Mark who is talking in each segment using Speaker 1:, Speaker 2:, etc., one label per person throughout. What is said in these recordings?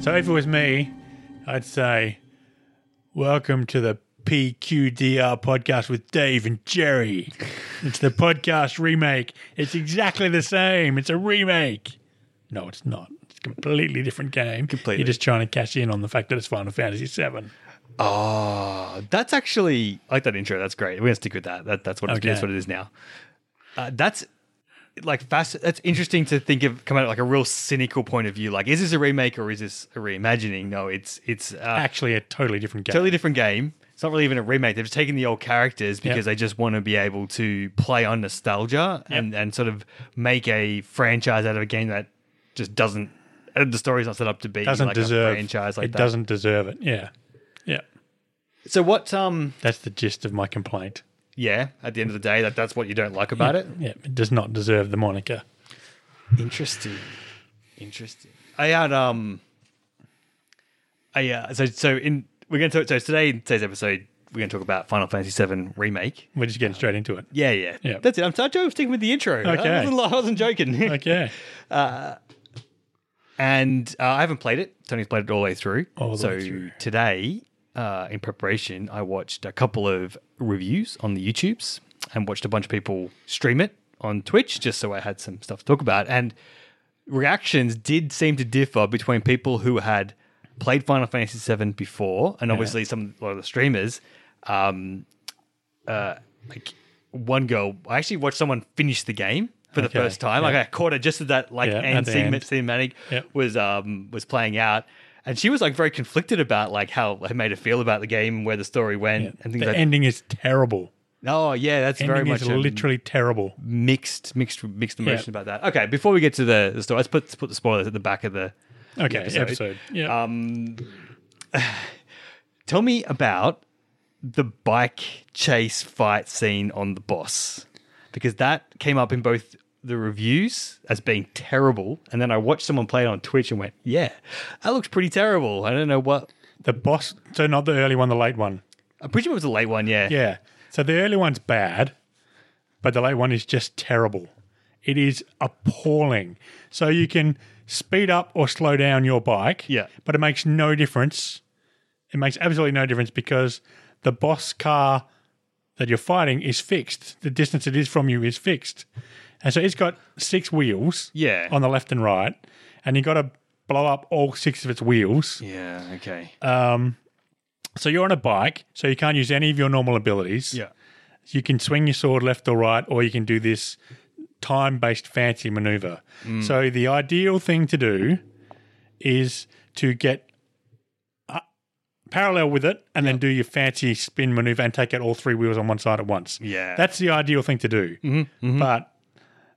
Speaker 1: So if it was me, I'd say, "Welcome to the PQDR podcast with Dave and Jerry. It's the podcast remake. It's exactly the same. It's a remake. No, it's not. It's a completely different game.
Speaker 2: Completely.
Speaker 1: You're just trying to cash in on the fact that it's Final Fantasy VII.
Speaker 2: Oh, that's actually I like that intro. That's great. We're gonna stick with that. That that's what it is.
Speaker 1: Okay.
Speaker 2: that's what it is now. Uh, that's like fast. That's interesting to think of. Come out like a real cynical point of view. Like, is this a remake or is this a reimagining? No, it's it's uh,
Speaker 1: Actually, a totally different game.
Speaker 2: totally different game. It's not really even a remake. They've just taken the old characters because they just want to be able to play on nostalgia and, and sort of make a franchise out of a game that just doesn't. uh, The story's not set up to be
Speaker 1: doesn't
Speaker 2: like
Speaker 1: deserve
Speaker 2: a franchise like
Speaker 1: it
Speaker 2: that.
Speaker 1: doesn't deserve it. Yeah, yeah.
Speaker 2: So what? Um,
Speaker 1: That's the gist of my complaint.
Speaker 2: yeah. At the end of the day, that that's what you don't like about it.
Speaker 1: Yeah, it does not deserve the moniker.
Speaker 2: Interesting. Interesting. I had um I uh so so in we're gonna talk so today in today's episode we're gonna talk about Final Fantasy VII remake.
Speaker 1: We're just getting straight into it.
Speaker 2: Yeah, yeah.
Speaker 1: Yeah.
Speaker 2: That's it. I'm sorry, I'm sticking with the intro.
Speaker 1: Okay.
Speaker 2: I wasn't, I wasn't joking.
Speaker 1: Okay,
Speaker 2: And uh, I haven't played it. Tony's played it all the way through.
Speaker 1: All the
Speaker 2: so
Speaker 1: way through.
Speaker 2: today, uh, in preparation, I watched a couple of reviews on the YouTubes and watched a bunch of people stream it on Twitch, just so I had some stuff to talk about. And reactions did seem to differ between people who had played Final Fantasy VII before, and obviously some a lot of the streamers. Um, uh, like one girl, I actually watched someone finish the game for the
Speaker 1: Okay,
Speaker 2: first time.
Speaker 1: yeah.
Speaker 2: Like I caught her just at that like
Speaker 1: Yeah, at
Speaker 2: end
Speaker 1: the
Speaker 2: segment
Speaker 1: end.
Speaker 2: cinematic
Speaker 1: Yep.
Speaker 2: was um was playing out and she was like very conflicted about like how it made her feel about the game and where the story went and things
Speaker 1: the
Speaker 2: like
Speaker 1: ending is terrible.
Speaker 2: oh yeah that's very
Speaker 1: Ending
Speaker 2: much
Speaker 1: is
Speaker 2: a
Speaker 1: literally terrible.
Speaker 2: mixed mixed mixed emotion about that okay before we get to the, the story let's put, let's put the spoilers at the back of the
Speaker 1: Okay,
Speaker 2: episode.
Speaker 1: episode. Yeah.
Speaker 2: uh, tell me about the bike chase fight scene on the boss because that came up in both the reviews as being terrible and then i watched someone play it on twitch and went yeah that looks pretty terrible i don't know what
Speaker 1: the boss. So not the early one, the late one.
Speaker 2: i'm pretty sure it was a late one yeah
Speaker 1: Yeah. So the early one's bad, but the late one is just terrible. It is appalling. So you can speed up or slow down your bike.
Speaker 2: Yeah.
Speaker 1: But it makes no difference. It makes absolutely no difference because the boss car that you're fighting is fixed. The distance it is from you is fixed. And so it's got six wheels
Speaker 2: Yeah.
Speaker 1: on the left and right. And you got to blow up all six of its wheels.
Speaker 2: Yeah. Okay.
Speaker 1: So you're on a bike, so you can't use any of your normal abilities. you can swing your sword left or right, or you can do this time based fancy maneuver.
Speaker 2: Mm.
Speaker 1: So, the ideal thing to do is to get uh, parallel with it and then do your fancy spin maneuver and take out all three wheels on one side at once.
Speaker 2: Yeah. Mm-hmm.
Speaker 1: That's the ideal thing to do. But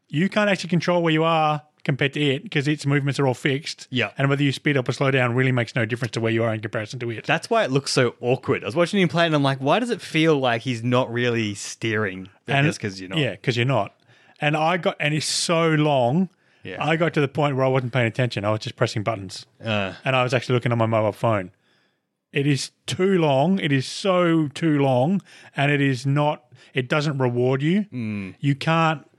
Speaker 1: you can't actually control where you are compared to it because its movements are all fixed.
Speaker 2: Yeah.
Speaker 1: And whether you speed up or slow down really makes no difference to where you are in comparison to it.
Speaker 2: That's why it looks so awkward. I was watching him play, and I'm like, why does it feel like he's not really steering? just because you know.
Speaker 1: Yeah, because you're not. And I got and it's so long.
Speaker 2: Yeah.
Speaker 1: I got to the point where I wasn't paying attention. I was just pressing buttons,
Speaker 2: Uh,
Speaker 1: and I was actually looking on my mobile phone. It is too long. It is so too long, and it is not. It doesn't reward you.
Speaker 2: Hmm.
Speaker 1: You can't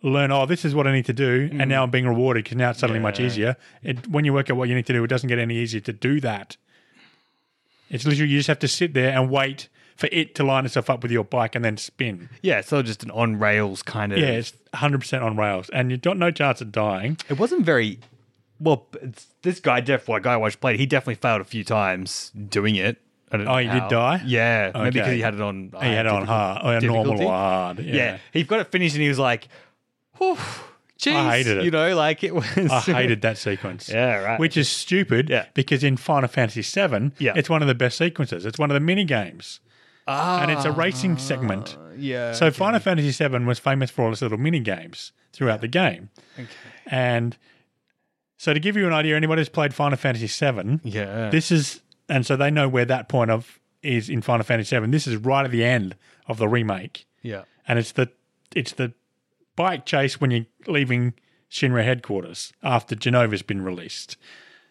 Speaker 1: learn. Oh, this is what I need to do, and now I'm being rewarded because now it's suddenly much
Speaker 2: Hmm. Yeah.
Speaker 1: easier. It, when you work out what you need to do, it doesn't get any easier to do that. It's literally you just have to sit there and wait for it to line itself up with your bike and then spin.
Speaker 2: yeah. So just an on rails kind of.
Speaker 1: Yeah, it's 100% on rails, and you've got no chance of dying.
Speaker 2: It wasn't very. Well, it's, this guy, Def, what guy I watched played, he definitely failed a few times doing it. I don't
Speaker 1: Oh,
Speaker 2: know
Speaker 1: he did
Speaker 2: how.
Speaker 1: die?
Speaker 2: Yeah, maybe
Speaker 1: Okay.
Speaker 2: because he had it on.
Speaker 1: He had it on hard, or normal
Speaker 2: difficulty?
Speaker 1: or hard. Yeah.
Speaker 2: Yeah. he got it finished, and he was like, "Whew, jeez,"
Speaker 1: hated it.
Speaker 2: You know, like it was.
Speaker 1: I hated that sequence.
Speaker 2: Yeah, right.
Speaker 1: Which is stupid
Speaker 2: Yeah.
Speaker 1: because in Final Fantasy VII,
Speaker 2: Yeah.
Speaker 1: it's one of the best sequences. It's one of the mini games, and it's a
Speaker 2: Ah,
Speaker 1: racing segment.
Speaker 2: Yeah.
Speaker 1: So Final Fantasy VII was famous for all its little mini games throughout the game. Okay. And so to give you an idea, anybody who's played Final Fantasy VII,
Speaker 2: yeah.
Speaker 1: this is and so they know where that point of is in Final Fantasy VII. This is right at the end of the remake.
Speaker 2: yeah.
Speaker 1: and it's the it's the bike chase when you're leaving Shinra headquarters after Genova's been released.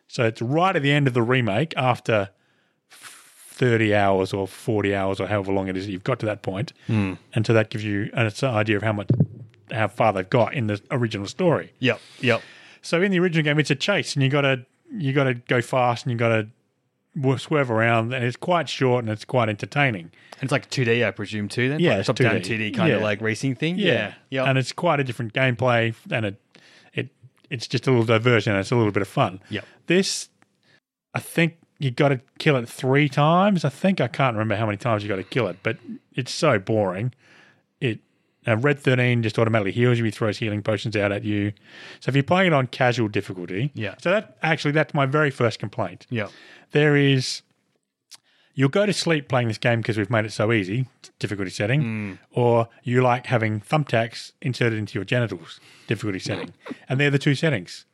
Speaker 1: So it's right at the end of the remake after thirty hours or forty hours or however long it is that you've got to that point, and so that gives you an it's an idea of how much how far they've got in the original story.
Speaker 2: Yep. Yep.
Speaker 1: So in the original game, it's a chase, and you got to you got to go fast and you got to wo- swerve around, and it's quite short and it's quite entertaining.
Speaker 2: And it's like 2D, I presume, too, then?
Speaker 1: Yeah,
Speaker 2: Like
Speaker 1: it's
Speaker 2: top down
Speaker 1: 2D.
Speaker 2: 2D kind of
Speaker 1: Yeah.
Speaker 2: like racing thing. Yeah.
Speaker 1: and it's quite a different gameplay, and it it it's just a little diversion. And it's a little bit of fun.
Speaker 2: Yep.
Speaker 1: this I think you got to kill it three times. I think I can't remember how many times you got to kill it, but it's so boring. It uh, red thirteen just automatically heals you. He throws healing potions out at you. So if you're playing it on casual difficulty,
Speaker 2: Yeah.
Speaker 1: So that actually that's my very first complaint.
Speaker 2: yeah.
Speaker 1: There is. You'll go to sleep playing this game because we've made it so easy, difficulty setting, or you like having thumbtacks inserted into your genitals, difficulty setting. and they're the two settings.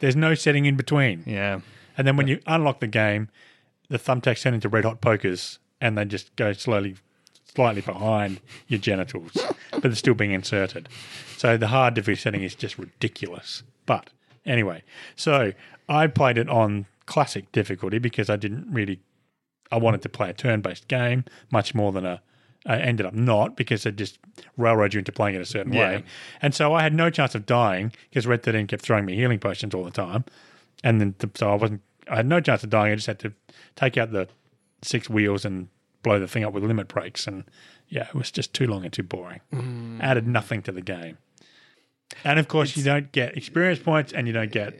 Speaker 1: There's no setting in between.
Speaker 2: Yeah.
Speaker 1: And then when you unlock the game, the thumbtacks turn into red hot pokers and they just go slowly, slightly behind your genitals, but they're still being inserted. So the hard difficulty setting is just ridiculous. But anyway, so I played it on classic difficulty because I didn't really, I wanted to play a turn based game much more than a. I ended up not because they just railroad you into playing it a certain
Speaker 2: Yeah.
Speaker 1: way. And so I had no chance of dying because Red 13 kept throwing me healing potions all the time. And then, th- so I wasn't, I had no chance of dying. I just had to take out the six wheels and blow the thing up with limit brakes. And yeah, it was just too long and too boring. Added nothing to the game. And of course, you don't get experience points and you don't get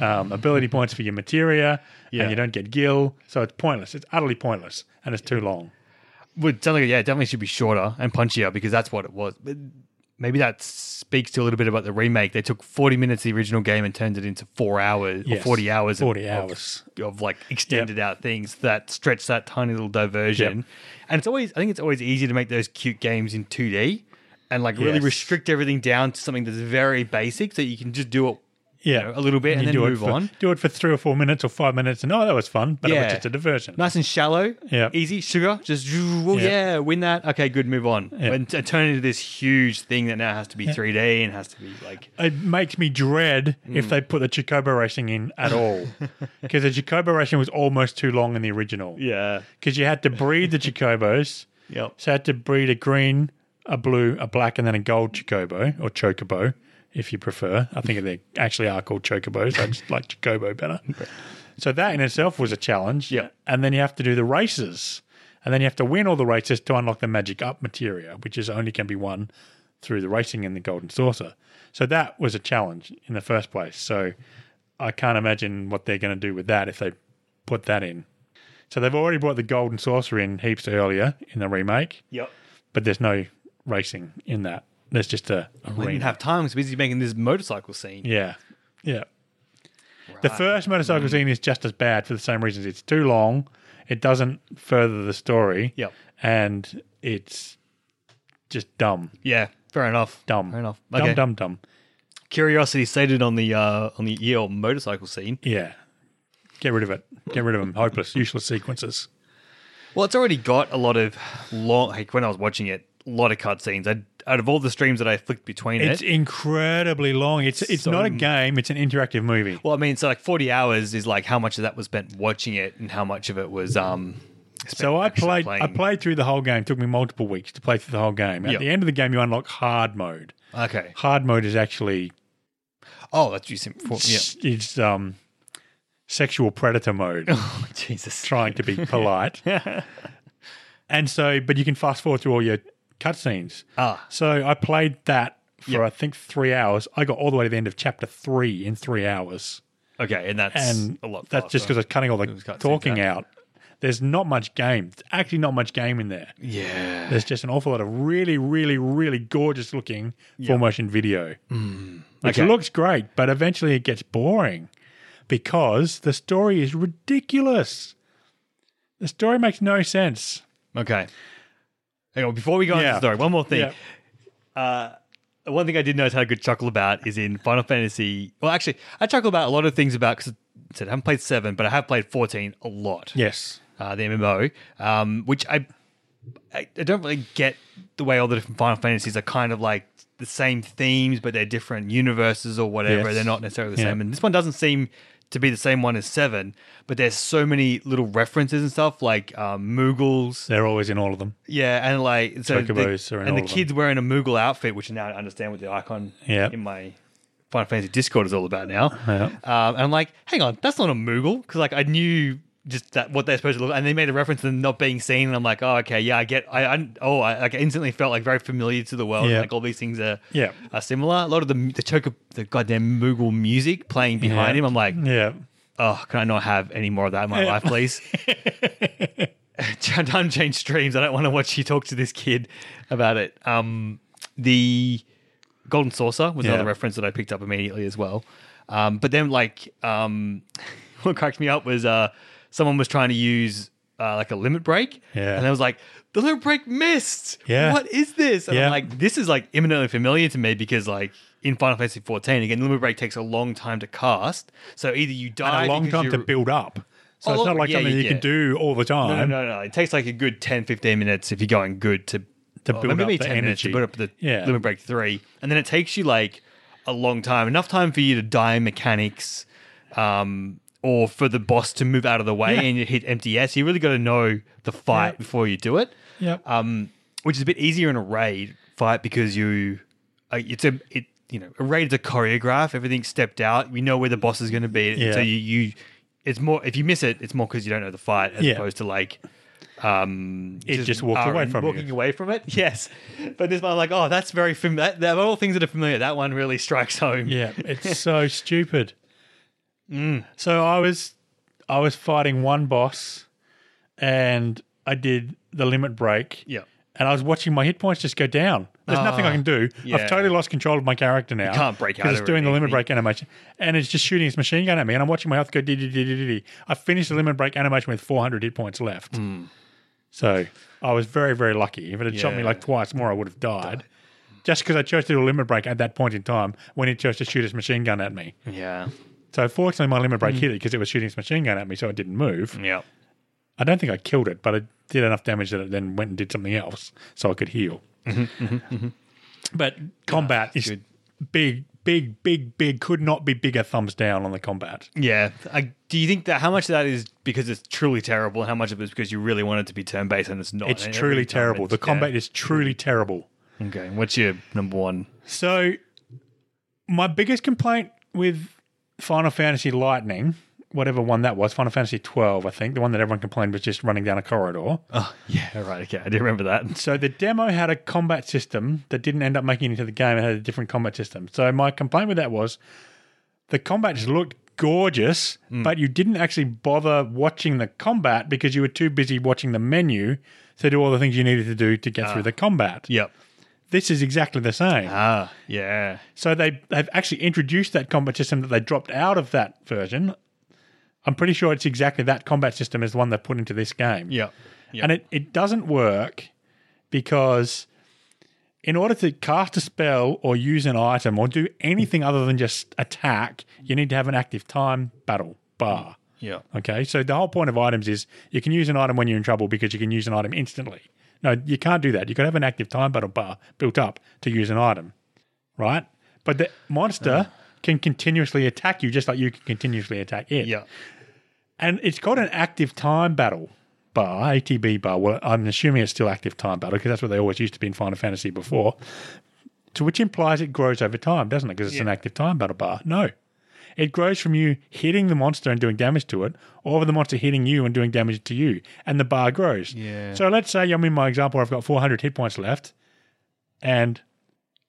Speaker 1: um, ability points for your materia
Speaker 2: Yeah.
Speaker 1: and you don't get gil. So it's pointless. It's utterly pointless and it's too long.
Speaker 2: Would sound like, yeah, it definitely should be shorter and punchier because that's what it was. But maybe that speaks to a little bit about the remake. They took 40 minutes of the original game and turned it into four hours or
Speaker 1: Yes.
Speaker 2: 40 hours. of-
Speaker 1: 40
Speaker 2: of-
Speaker 1: hours.
Speaker 2: Of, like extended out things that stretch that tiny little diversion. And it's always, I think it's always easy to make those cute games in 2D and like really
Speaker 1: Yes.
Speaker 2: restrict everything down to something that's very basic so you can just do it
Speaker 1: Yeah.
Speaker 2: a little bit and,
Speaker 1: you
Speaker 2: then
Speaker 1: do
Speaker 2: move
Speaker 1: it for,
Speaker 2: on.
Speaker 1: Do it for three or four minutes or five minutes, and oh, that was fun, but it
Speaker 2: Yeah.
Speaker 1: was just a diversion.
Speaker 2: Nice and shallow,
Speaker 1: Yeah.
Speaker 2: easy, sugar, just, oh,
Speaker 1: Yeah.
Speaker 2: yeah, win that. Okay, good, move on.
Speaker 1: Yeah.
Speaker 2: And t- turn into this huge thing that now has to be 3D and has to be like,
Speaker 1: It makes me dread
Speaker 2: Mm.
Speaker 1: if they put the Chocobo racing in at all, because the Chocobo racing was almost too long in the original.
Speaker 2: yeah,
Speaker 1: because you had to breed the Chocobos,
Speaker 2: yep.
Speaker 1: so you had to breed a green, a blue, a black, and then a gold Chocobo or Chocobo, if you prefer. I think they actually are called Chocobos. I just like Chocobo better. So that in itself was a challenge.
Speaker 2: Yeah.
Speaker 1: And then you have to do the races. And then you have to win all the races to unlock the magic up materia, which is only can be won through the racing in the golden saucer. So that was a challenge in the first place. So I can't imagine what they're going to do with that if they put that in. So they've already brought the golden saucer in heaps earlier in the remake,
Speaker 2: Yep.
Speaker 1: but there's no racing in that. There's just a
Speaker 2: We didn't
Speaker 1: arena.
Speaker 2: have time. I was busy making this motorcycle scene.
Speaker 1: Yeah. Yeah. The first motorcycle
Speaker 2: Mm.
Speaker 1: scene is just as bad for the same reasons. It's too long. It doesn't further the story.
Speaker 2: Yep.
Speaker 1: And it's just dumb.
Speaker 2: Yeah, fair enough.
Speaker 1: Dumb.
Speaker 2: Fair enough.
Speaker 1: Dumb,
Speaker 2: Okay.
Speaker 1: dumb, dumb.
Speaker 2: Curiosity sated on the uh, on the EL motorcycle scene.
Speaker 1: Yeah. Get rid of it. Get rid of them. Hopeless, useless sequences.
Speaker 2: Well, it's already got a lot of long. Like when I was watching it, a lot of cutscenes. I out of all the streams that I flicked between
Speaker 1: It's
Speaker 2: it.
Speaker 1: incredibly long. It's it's
Speaker 2: So
Speaker 1: not a game, it's an interactive movie.
Speaker 2: Well, I mean, so like forty hours is like how much of that was spent watching it, and how much of it was um.
Speaker 1: So I
Speaker 2: actually
Speaker 1: played I
Speaker 2: playing.
Speaker 1: played through the whole game. It took me multiple weeks to play through the whole game. At
Speaker 2: Yep.
Speaker 1: the end of the game you unlock hard mode.
Speaker 2: Okay.
Speaker 1: Hard mode is actually
Speaker 2: Oh, that's using for yeah.
Speaker 1: it's um sexual predator mode.
Speaker 2: Oh, Jesus.
Speaker 1: trying to be polite. and so, but you can fast forward through all your cutscenes.
Speaker 2: Ah,
Speaker 1: So I played that for
Speaker 2: Yep.
Speaker 1: I think three hours. I got all the way to the end of chapter three in three hours,
Speaker 2: okay, and that's
Speaker 1: and
Speaker 2: a lot.
Speaker 1: that's just because I was
Speaker 2: faster.
Speaker 1: cutting all the
Speaker 2: was cutscenes
Speaker 1: talking out. There's not much game. There's actually not much game in there.
Speaker 2: yeah.
Speaker 1: There's just an awful lot of really, really, really gorgeous looking full motion video, which
Speaker 2: Hmm. Okay.
Speaker 1: looks great, but eventually it gets boring because the story is ridiculous. The story makes no sense.
Speaker 2: Okay. Hang on, before we go on to
Speaker 1: Yeah.
Speaker 2: the story, one more thing. Uh,
Speaker 1: Yeah.
Speaker 2: One thing I did notice I had a good chuckle about is in Final Fantasy. Well, actually, I chuckle about a lot of things about because I said I haven't played seven, but I have played fourteen a lot.
Speaker 1: Yes.
Speaker 2: uh, the MMO, um, which I, I I don't really get the way all the different Final Fantasies are kind of like the same themes, but they're different universes or whatever.
Speaker 1: Yes.
Speaker 2: They're not necessarily the
Speaker 1: Yeah.
Speaker 2: same. And this one doesn't seem to be the same one as Seven, but there's so many little references and stuff like um, Moogles.
Speaker 1: They're always in all of them.
Speaker 2: Yeah, and like so the-
Speaker 1: Chocobos are in
Speaker 2: and
Speaker 1: E all
Speaker 2: the
Speaker 1: of them.
Speaker 2: kids wearing a Moogle outfit, which now I understand with the icon
Speaker 1: Yeah.
Speaker 2: in my Final Fantasy Discord is all about now. Um, and I'm like, hang on, that's not a Moogle because like I knew just that what they're supposed to look, and they made a reference to them not being seen, and I'm like, oh okay, yeah, I get, I, I oh, I like instantly felt like very familiar to the world,
Speaker 1: Yeah.
Speaker 2: like all these things are
Speaker 1: Yeah.
Speaker 2: are similar. A lot of the the choke the goddamn Moogle music playing behind
Speaker 1: Yeah.
Speaker 2: him, I'm like,
Speaker 1: Yeah.
Speaker 2: oh, can I not have any more of that in my life, please? Time change streams. I don't want to watch you talk to this kid about it. Um, the Golden Saucer was
Speaker 1: Yeah.
Speaker 2: another reference that I picked up immediately as well. Um, but then, like, um, what cracked me up was uh, someone was trying to use uh, like a limit break,
Speaker 1: Yeah.
Speaker 2: and I was like, "The limit break missed.
Speaker 1: Yeah.
Speaker 2: What is this?" And
Speaker 1: Yeah.
Speaker 2: I'm like, "This is like imminently familiar to me because like." In Final Fantasy 14, again, limit break takes a long time to cast. So either you die
Speaker 1: A long
Speaker 2: because
Speaker 1: time to
Speaker 2: you're-
Speaker 1: build up. So
Speaker 2: Oh,
Speaker 1: it's not like
Speaker 2: yeah,
Speaker 1: something
Speaker 2: yeah,
Speaker 1: you can
Speaker 2: yeah.
Speaker 1: do all the
Speaker 2: No,
Speaker 1: time.
Speaker 2: no, no, no. It takes like a good 10, 15 minutes if you're going good to
Speaker 1: To
Speaker 2: oh,
Speaker 1: build
Speaker 2: maybe
Speaker 1: up the
Speaker 2: minutes to
Speaker 1: energy.
Speaker 2: build up the
Speaker 1: Yeah.
Speaker 2: limit break three, and then it takes you like a long time, enough time for you to die mechanics, um, or for the boss to move out of the way
Speaker 1: Yeah.
Speaker 2: and you hit empty S. You really got to know the fight before you do it.
Speaker 1: Yep.
Speaker 2: Um, which is a bit easier in a raid fight because you, uh, it's a it you know a raid is a choreograph. Everything's stepped out. You know where the boss is going to be.
Speaker 1: Yeah.
Speaker 2: So you you, it's more if you miss it, it's more because you don't know the fight as
Speaker 1: Yeah.
Speaker 2: opposed to like. Um,
Speaker 1: It just walked
Speaker 2: are
Speaker 1: away from you.
Speaker 2: walking away from it. Yes, but this one, like, oh, that's very familiar. That, that all things that are familiar. That one really strikes home.
Speaker 1: Yeah, it's so stupid. So I was I was fighting one boss and I did the limit break.
Speaker 2: Yeah.
Speaker 1: And I was watching my hit points just go down. There's nothing I can do.
Speaker 2: Ah, yeah.
Speaker 1: I've totally lost control of my character now.
Speaker 2: can't break out
Speaker 1: because
Speaker 2: of
Speaker 1: it's
Speaker 2: it
Speaker 1: doing the limit
Speaker 2: easily.
Speaker 1: break animation, and it's just shooting its machine gun at me. And I'm watching my health go dee dee dee dee dee. dee. I finished the limit break animation with 400 hit points left.
Speaker 2: Hmm.
Speaker 1: So I was very very lucky. If it had shot me
Speaker 2: Yeah.
Speaker 1: like twice more, I would have died. Just because I chose to do a limit break at that point in time when it chose to shoot its machine gun at me.
Speaker 2: yeah,
Speaker 1: So fortunately, my limit
Speaker 2: Hmm.
Speaker 1: break hit it because it was shooting its machine gun at me, so it didn't move.
Speaker 2: yeah.
Speaker 1: I don't think I killed it, but I did enough damage that it then went and did something else, so I could heal.
Speaker 2: Mm-hmm,
Speaker 1: But combat is
Speaker 2: good.
Speaker 1: big, big, big, big. Could not be bigger. Thumbs down on the combat.
Speaker 2: Yeah. I, do you think that how much of that is because it's truly terrible, and how much of it is because you really want it to be turn based and it's not?
Speaker 1: It's
Speaker 2: And every
Speaker 1: truly
Speaker 2: time
Speaker 1: terrible.
Speaker 2: it's- Mm-hmm.
Speaker 1: The
Speaker 2: yeah.
Speaker 1: combat is truly terrible.
Speaker 2: Okay. What's your number one?
Speaker 1: So, my biggest complaint with Final Fantasy Lightning, whatever one that was, Final Fantasy twelve, I think, the one that everyone complained was just running down a corridor.
Speaker 2: Oh, yeah. Right. Okay. I do remember that.
Speaker 1: So the demo had a combat system that didn't end up making it into the game. It had a different combat system. So my complaint with that was the combat just looked gorgeous, but you didn't actually bother watching the combat because you were too busy watching the menu to do all the things you needed to do to get through the combat.
Speaker 2: Yep.
Speaker 1: This is exactly the same.
Speaker 2: Ah. Yeah.
Speaker 1: So they they've actually introduced that combat system that they dropped out of that version. I'm pretty sure it's exactly that combat system is the one they put into this game.
Speaker 2: Yep. Yep.
Speaker 1: And it, it doesn't work because in order to cast a spell or use an item or do anything other than just attack, you need to have an active time battle bar.
Speaker 2: Yep.
Speaker 1: Okay. So the whole point of items is you can use an item when you're in trouble because you can use an item instantly. No, you can't do that. You've got to have an active time battle bar built up to use an item. Right? But the monster can continuously attack you just like you can continuously attack it
Speaker 2: Yeah.
Speaker 1: and it's got an active time battle bar, ATB bar. Well, I'm assuming it's still active time battle because that's what they always used to be in Final Fantasy before. To which implies it grows over time, doesn't it? Because it's an active time battle bar. No, it grows from you hitting the monster and doing damage to it, or the monster hitting you and doing damage to you, and the bar grows.
Speaker 2: Yeah.
Speaker 1: So let's say I'm in my example. I've got 400 hit points left, and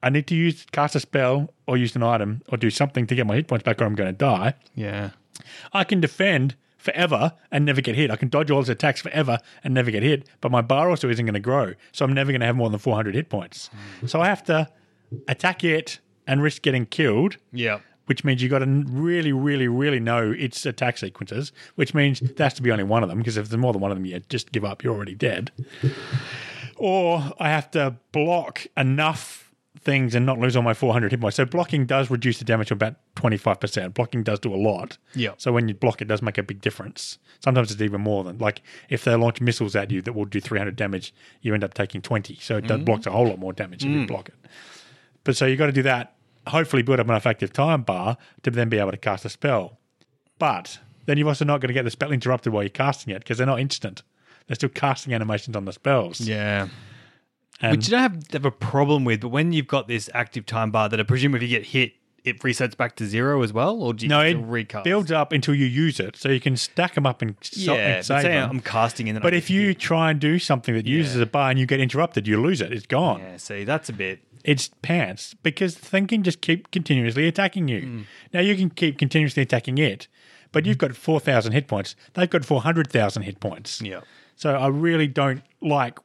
Speaker 1: I need to use cast a spell or use an item or do something to get my hit points back, or I'm going to die.
Speaker 2: Yeah.
Speaker 1: I can defend forever and never get hit. I can dodge all his attacks forever and never get hit, but my bar also isn't going to grow. So I'm never going to have more than 400 hit points. So I have to attack it and risk getting killed,
Speaker 2: Yep.
Speaker 1: which means you got to really, really, really know its attack sequences, which means there has to be only one of them because if there's more than one of them, you just give up. You're already dead. Or I have to block enough. Things and not lose all my 400 hit points. So blocking does reduce the damage to about 25%. Blocking does do a lot.
Speaker 2: Yep.
Speaker 1: So when you block, it does make a big difference. Sometimes it's even more than like if they launch missiles at you that will do 300 damage, you end up taking 20. So it does blocks a whole lot more damage if you block it. But so you got to do that. Hopefully, build up enough active time bar to then be able to cast a spell. But then you're also not going to get the spell interrupted while you're casting it because they're not instant. They're still casting animations on the spells.
Speaker 2: Yeah.
Speaker 1: And-
Speaker 2: Which you don't have, have a problem with, but when you've got this active time bar that I presume if you get hit, it resets back to zero as well, or do you
Speaker 1: No,
Speaker 2: have
Speaker 1: it
Speaker 2: to recast?
Speaker 1: builds up until you use it, so you can stack them up and, so-
Speaker 2: yeah,
Speaker 1: and
Speaker 2: but
Speaker 1: save
Speaker 2: say
Speaker 1: them.
Speaker 2: I'm casting in.
Speaker 1: But if you try and do something that uses
Speaker 2: Yeah.
Speaker 1: a bar and you get interrupted, you lose it. It's gone.
Speaker 2: yeah, see, that's a bit
Speaker 1: It's pants because the thing can just keep continuously attacking you.
Speaker 2: Mm.
Speaker 1: Now you can keep continuously attacking it, but you've got 4,000 hit points. They've got 400,000 hit points.
Speaker 2: yeah
Speaker 1: So I really don't like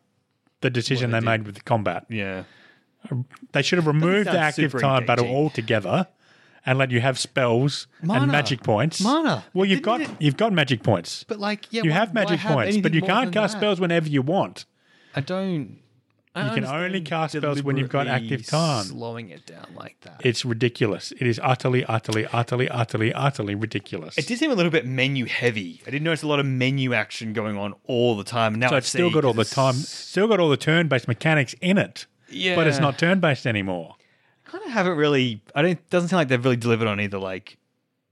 Speaker 1: the decision they, made with the combat.
Speaker 2: yeah.
Speaker 1: They should have removed the
Speaker 2: sound
Speaker 1: active
Speaker 2: super
Speaker 1: time battle
Speaker 2: engaging.
Speaker 1: altogether and let you have spells
Speaker 2: Mana.
Speaker 1: and magic points.
Speaker 2: Mana.
Speaker 1: Well, you've got
Speaker 2: Didn't
Speaker 1: you've got magic points.
Speaker 2: But like yeah,
Speaker 1: you
Speaker 2: why-
Speaker 1: have
Speaker 2: why
Speaker 1: magic points, but
Speaker 2: anything
Speaker 1: you
Speaker 2: more
Speaker 1: can't
Speaker 2: than
Speaker 1: cast
Speaker 2: that?
Speaker 1: spells whenever you want.
Speaker 2: I don't. I
Speaker 1: You can only
Speaker 2: understand
Speaker 1: cast spells when you've got
Speaker 2: deliberately
Speaker 1: active time.
Speaker 2: Slowing it down like that. It,
Speaker 1: It's ridiculous. It is utterly, utterly, utterly, utterly, utterly ridiculous.
Speaker 2: did seem a little bit menu heavy. I did notice a lot of menu action going on all the time. and Now
Speaker 1: so
Speaker 2: I
Speaker 1: it's still
Speaker 2: see
Speaker 1: got all the
Speaker 2: 'cause
Speaker 1: time,
Speaker 2: it's-
Speaker 1: still got all the turn-based mechanics in it, but it's
Speaker 2: Yeah.
Speaker 1: not turn-based anymore.
Speaker 2: kind of haven't really. I don't. Doesn't seem like they've really delivered on either. Like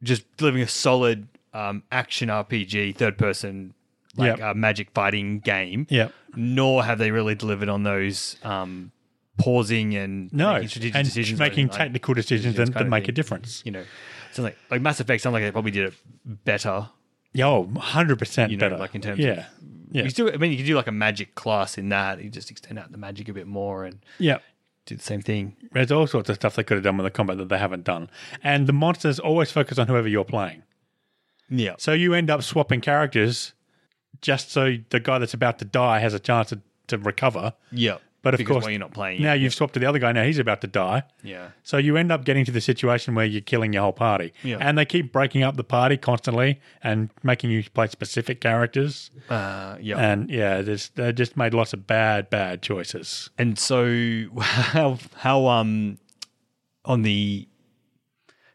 Speaker 2: just delivering a solid um, action RPG, third person, like
Speaker 1: Yep.
Speaker 2: uh, magic fighting game.
Speaker 1: Yeah,
Speaker 2: Nor have they really delivered on those um, pausing and
Speaker 1: no,
Speaker 2: making strategic
Speaker 1: and
Speaker 2: decisions, or
Speaker 1: making
Speaker 2: anything like-
Speaker 1: technical decisions that,
Speaker 2: kind
Speaker 1: that
Speaker 2: of
Speaker 1: make a
Speaker 2: thing.
Speaker 1: difference.
Speaker 2: You know, sounds like like Mass Effect sounds like they probably did it better.
Speaker 1: Yeah, oh, hundred percent
Speaker 2: You know,
Speaker 1: better.
Speaker 2: like in terms of-
Speaker 1: yeah, yeah,
Speaker 2: You still, I mean, you could do like a magic class in that. You just extend out the magic a bit more and
Speaker 1: yeah.
Speaker 2: do the same thing.
Speaker 1: There's all sorts of stuff they could have done with the combat that they haven't done, and the monsters always focus on whoever you're playing.
Speaker 2: Yeah.
Speaker 1: So you end up swapping characters just so the guy that's about to die has a chance to, to recover.
Speaker 2: Yeah.
Speaker 1: But of
Speaker 2: because
Speaker 1: course,
Speaker 2: when you're not playing,
Speaker 1: Now
Speaker 2: it,
Speaker 1: you've swapped to the other guy. Now he's about to die.
Speaker 2: yeah.
Speaker 1: So you end up getting to the situation where you're killing your whole party.
Speaker 2: Yeah.
Speaker 1: And they keep breaking up the party constantly and making you play specific characters.
Speaker 2: Uh, yeah.
Speaker 1: And yeah, there's, they just made lots of bad, bad choices.
Speaker 2: and so how how um on the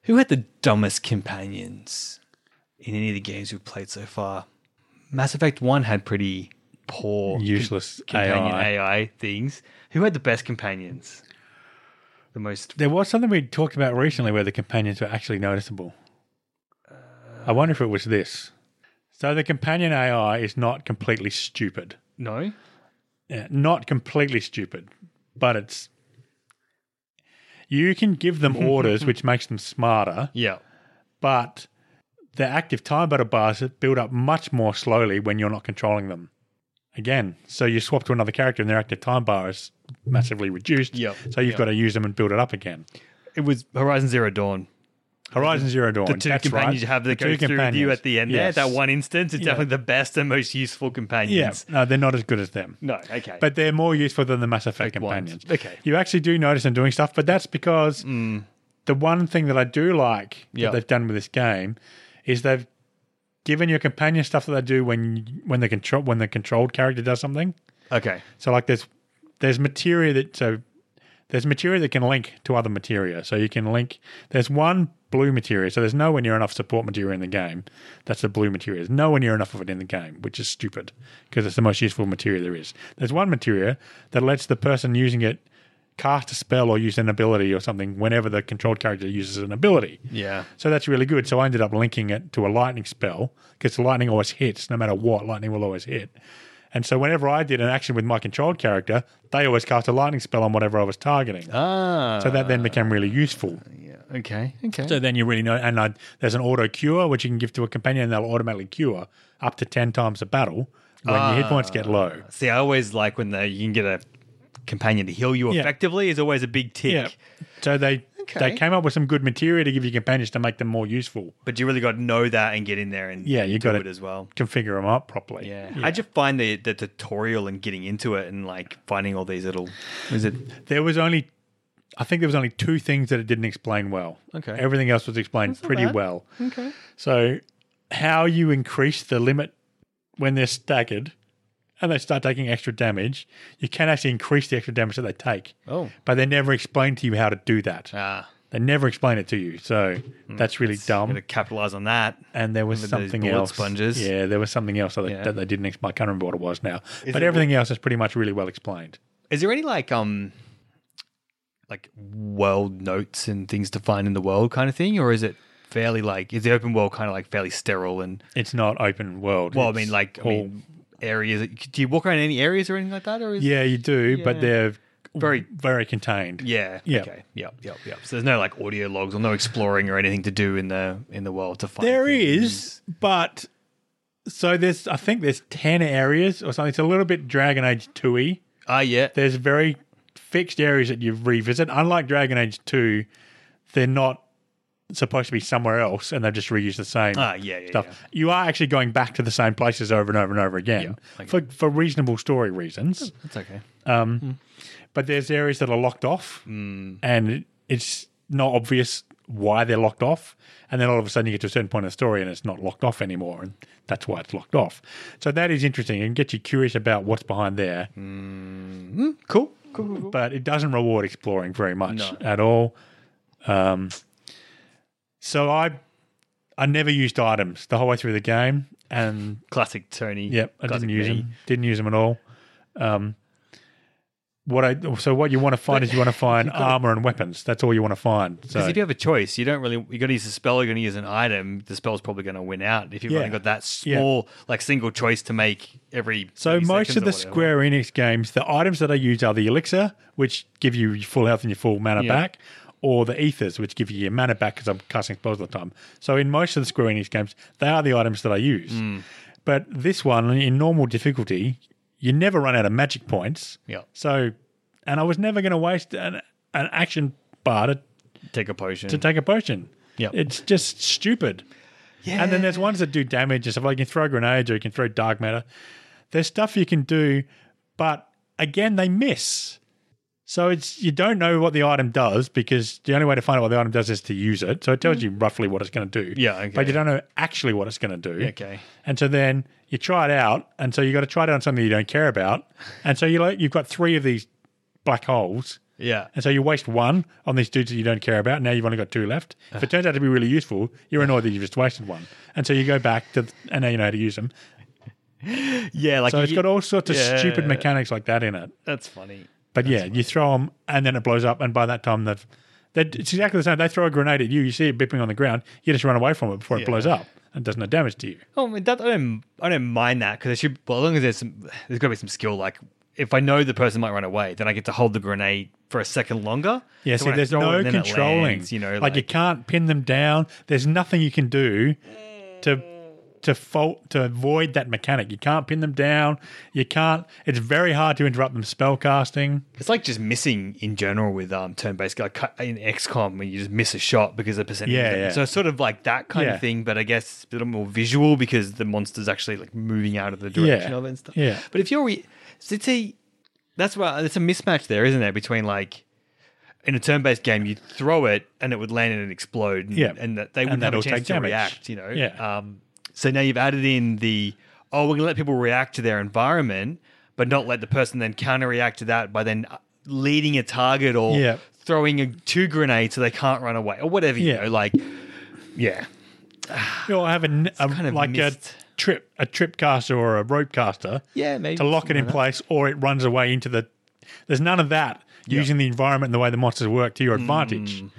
Speaker 2: who had the dumbest companions in any of the games we've played so far? Mass Effect One had pretty poor
Speaker 1: Useless
Speaker 2: companion
Speaker 1: AI.
Speaker 2: AI things. Who had the best companions? The most
Speaker 1: There was something we talked about recently where the companions were actually noticeable. I wonder if it was this. So the companion AI is not completely stupid.
Speaker 2: no.
Speaker 1: Yeah, not completely stupid, but it's. You can give them orders, which makes them smarter,
Speaker 2: Yeah.
Speaker 1: but the active time battle bars build up much more slowly when you're not controlling them. Again, so you swap to another character and their active time bar is massively reduced.
Speaker 2: Yep,
Speaker 1: So you've
Speaker 2: yep.
Speaker 1: got to use them and build it up again.
Speaker 2: It was Horizon Zero Dawn.
Speaker 1: Horizon Zero Dawn.
Speaker 2: The two
Speaker 1: that's
Speaker 2: companions
Speaker 1: right.
Speaker 2: you have that
Speaker 1: The
Speaker 2: go
Speaker 1: two
Speaker 2: through with you
Speaker 1: companions.
Speaker 2: at the end
Speaker 1: Yes.
Speaker 2: there. That one instance is
Speaker 1: Yeah.
Speaker 2: definitely the best and most useful
Speaker 1: Yeah,
Speaker 2: companions.
Speaker 1: no, they're not as good as them.
Speaker 2: No, okay.
Speaker 1: But they're more useful than the Mass Effect
Speaker 2: Like ones.
Speaker 1: companions.
Speaker 2: Okay. Hmm.
Speaker 1: You actually do notice them doing stuff, but that's because the one thing that I do like
Speaker 2: Yeah.
Speaker 1: that they've done with this game is they've given your companion stuff that they do when when the control when the controlled character does something.
Speaker 2: okay.
Speaker 1: So like there's there's materia that so there's materia that can link to other materia. So you can link there's one blue materia. So there's nowhere near enough support materia in the game. That's the blue materia. There's nowhere near enough of it in the game, which is stupid because it's the most useful materia there is. There's one materia that lets the person using it cast a spell or use an ability or something whenever the controlled character uses an ability.
Speaker 2: Yeah.
Speaker 1: So that's really good. So I ended up linking it to a lightning spell because lightning always hits, no matter what, lightning will always hit. And so whenever I did an action with my controlled character, they always cast a lightning spell on whatever I was targeting.
Speaker 2: Ah.
Speaker 1: so that then became really useful.
Speaker 2: Yeah. Okay. Okay.
Speaker 1: So then you really know. And I, there's an auto cure which you can give to a companion, and they'll automatically cure up to ten times a battle when your hit points get low.
Speaker 2: See, I always like when they, you can get a companion to heal you
Speaker 1: Yeah.
Speaker 2: effectively is always a big tick.
Speaker 1: Yeah. So they
Speaker 2: Okay.
Speaker 1: they came up with some good material to give your companions to make them more useful.
Speaker 2: But you really got to know that and get in there and
Speaker 1: Yeah, you
Speaker 2: do
Speaker 1: got
Speaker 2: it as well.
Speaker 1: Configure them up properly.
Speaker 2: Yeah. I just find the, the tutorial and getting into it and like finding all these little. Is it?
Speaker 1: there was only I think there was only two things that it didn't explain well.
Speaker 2: Okay.
Speaker 1: Everything else was explained pretty
Speaker 2: bad.
Speaker 1: well.
Speaker 2: Okay.
Speaker 1: So how you increase the limit when they're staggered and they start taking extra damage, you can actually increase the extra damage that they take.
Speaker 2: Oh.
Speaker 1: But they never explain to you how to do that.
Speaker 2: Ah.
Speaker 1: They never explain it to you. So
Speaker 2: Hmm.
Speaker 1: that's really dumb.
Speaker 2: Got to capitalize on that.
Speaker 1: and there was
Speaker 2: those
Speaker 1: something
Speaker 2: bullet
Speaker 1: else.
Speaker 2: sponges.
Speaker 1: Yeah, there was something else that they,
Speaker 2: Yeah.
Speaker 1: that they didn't explain. I can't remember what it was now. but
Speaker 2: it-
Speaker 1: everything else is pretty much really well explained.
Speaker 2: Is there any like um like world notes and things to find in the world kind of thing, or is it fairly like is the open world kind of like fairly sterile and
Speaker 1: It's not open world.
Speaker 2: well, I
Speaker 1: It's
Speaker 2: mean like I
Speaker 1: all
Speaker 2: mean, areas. Do you walk around any areas or anything like that, or is
Speaker 1: Yeah, you do,
Speaker 2: Yeah.
Speaker 1: but they're
Speaker 2: very
Speaker 1: very contained.
Speaker 2: yeah
Speaker 1: Yeah.
Speaker 2: okay yep yep yep so there's no like audio logs or no exploring or anything to do in the in the world to find
Speaker 1: There
Speaker 2: things.
Speaker 1: is, but so there's I think there's ten areas or something. It's a little bit Dragon Age two y.
Speaker 2: ah yeah
Speaker 1: There's very fixed areas that you revisit. Unlike Dragon Age two, they're not supposed to be somewhere else, and they've just reused the same
Speaker 2: ah yeah yeah,
Speaker 1: stuff.
Speaker 2: yeah.
Speaker 1: You are actually going back to the same places over and over and over again
Speaker 2: Yeah, okay.
Speaker 1: for for reasonable story reasons.
Speaker 2: that's okay
Speaker 1: But there's areas that are locked off, and it- it's not obvious why they're locked off. And then all of a sudden, you get to a certain point in the story, and it's not locked off anymore, and that's why it's locked off. So that is interesting and gets you curious about what's behind there.
Speaker 2: cool cool, cool, cool.
Speaker 1: But it doesn't reward exploring very much
Speaker 2: No.
Speaker 1: at all. Um, so I, I never used items the whole way through the game, and
Speaker 2: classic Tony
Speaker 1: Yep, I
Speaker 2: classic
Speaker 1: didn't use
Speaker 2: me.
Speaker 1: them. Didn't use them at all. Um, what I so what you want to find is you want to find armor and weapons. That's all you want to find.
Speaker 2: Because
Speaker 1: So
Speaker 2: you do have a choice. You don't really. You're going to use a spell. You're going to use an item. The spell's probably going to win out if you've
Speaker 1: Yeah.
Speaker 2: only got that
Speaker 1: Yeah.
Speaker 2: small, like single choice to make every.
Speaker 1: so
Speaker 2: 30
Speaker 1: most
Speaker 2: seconds
Speaker 1: of
Speaker 2: or
Speaker 1: the
Speaker 2: whatever.
Speaker 1: Square Enix games, the items that I use are the elixir, which give you your full health and your full mana
Speaker 2: Yeah.
Speaker 1: back, or the ethers, which give you your mana back because I'm casting spells all the time. So in most of the Square Enix games, they are the items that I use.
Speaker 2: Mm.
Speaker 1: But this one in normal difficulty, you never run out of magic points.
Speaker 2: Yeah.
Speaker 1: So, and I was never going to waste an an action bar to
Speaker 2: Take a potion.
Speaker 1: to take a potion.
Speaker 2: Yep.
Speaker 1: It's just stupid.
Speaker 2: yeah.
Speaker 1: And then there's ones that do damage and stuff. Like you can throw grenades or you can throw dark matter. There's stuff you can do, but again, they miss. So it's you don't know what the item does because the only way to find out what the item does is to use it. So it tells you roughly what it's going to do.
Speaker 2: Hmm. Yeah, okay.
Speaker 1: But you don't know actually what it's going to do.
Speaker 2: Okay.
Speaker 1: And so then you try it out, and so you got to try it out on something you don't care about. And so you like you've got three of these black holes.
Speaker 2: Yeah.
Speaker 1: And so you waste one on these dudes that you don't care about. Now you've only got two left. If it turns out to be really useful, you're annoyed that you've just wasted one. And so you go back to, th- and now you know how to use them.
Speaker 2: Yeah. Like
Speaker 1: So it's
Speaker 2: you-
Speaker 1: got all sorts of stupid
Speaker 2: Yeah.
Speaker 1: mechanics like that in it.
Speaker 2: That's funny.
Speaker 1: But yeah, you throw them and then it blows up. And by that time, they've, they it's exactly the same. They throw a grenade at you, you see it bipping on the ground, you just run away from it before it blows up and does no damage to you.
Speaker 2: Oh, I, mean, that, I don't. I don't mind that because it should. Well, as long as there's some, there's got to be some skill. Like if I know the person might run away, then I get to hold the grenade for a second longer.
Speaker 1: Yeah, see,
Speaker 2: So when I
Speaker 1: there's
Speaker 2: throw it
Speaker 1: no
Speaker 2: and then it
Speaker 1: controlling.
Speaker 2: lands, you know,
Speaker 1: like, you can't pin them down. There's nothing you can do to to fault to avoid that mechanic. You can't pin them down. You can't. It's very hard to interrupt them spell casting.
Speaker 2: It's like just missing in general with um, turn-based like cu- in XCOM when you just miss a shot because the percentage.
Speaker 1: Yeah, yeah.
Speaker 2: So it's sort of like that kind
Speaker 1: Yeah.
Speaker 2: of thing, but I guess a little more visual because the monster's actually like moving out of the direction
Speaker 1: Yeah,
Speaker 2: of it and stuff.
Speaker 1: yeah.
Speaker 2: But if you're, re- so it's a, that's why it's a mismatch there, isn't there? Between like in a turn-based game, you throw it and it would land and it explode, and,
Speaker 1: Yeah.
Speaker 2: and that they wouldn't have
Speaker 1: that'll
Speaker 2: a chance
Speaker 1: take
Speaker 2: to
Speaker 1: damage.
Speaker 2: react. You know,
Speaker 1: Yeah.
Speaker 2: Um, so now you've added in the oh, we're going to let people react to their environment, but not let the person then counter react to that by then uh, leading a target or
Speaker 1: Yeah.
Speaker 2: throwing a, two grenades so they can't run away or whatever. You
Speaker 1: Yeah.
Speaker 2: know, like yeah,
Speaker 1: You'll have a, n- a-
Speaker 2: kind of
Speaker 1: like
Speaker 2: missed.
Speaker 1: a trip a trip caster or a rope caster
Speaker 2: yeah, maybe
Speaker 1: to lock it in place, or it runs away into the. There's none of that using the environment and the way the monsters work to your
Speaker 2: Mm-hmm,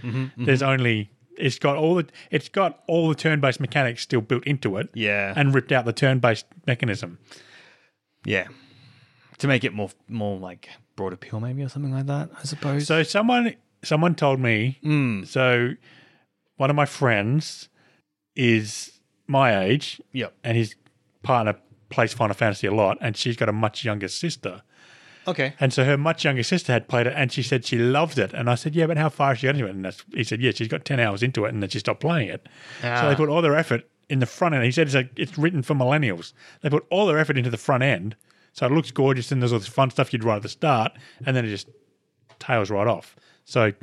Speaker 1: advantage. There's only it's got all the it's got all the turn-based mechanics still built into it.
Speaker 2: Yeah.
Speaker 1: and ripped out the turn-based mechanism.
Speaker 2: yeah, to make it more more like broad appeal maybe or something like that. I suppose.
Speaker 1: So someone someone told me. So one of my friends is my age,
Speaker 2: yep.
Speaker 1: and his partner plays Final Fantasy a lot, and she's got a much younger sister.
Speaker 2: Okay.
Speaker 1: And so her much younger sister had played it, and she said she loved it. And I said, "Yeah, but how far has she got into it?" And that's, he said, "Yeah, she's got ten hours into it, and then she stopped playing it." So
Speaker 2: Ah.
Speaker 1: they put all their effort in the front end. He said it's like it's written for millennials. They put all their effort into the front end, so it looks gorgeous, and there's all this fun stuff you'd write at the start, and then it just tails right off. So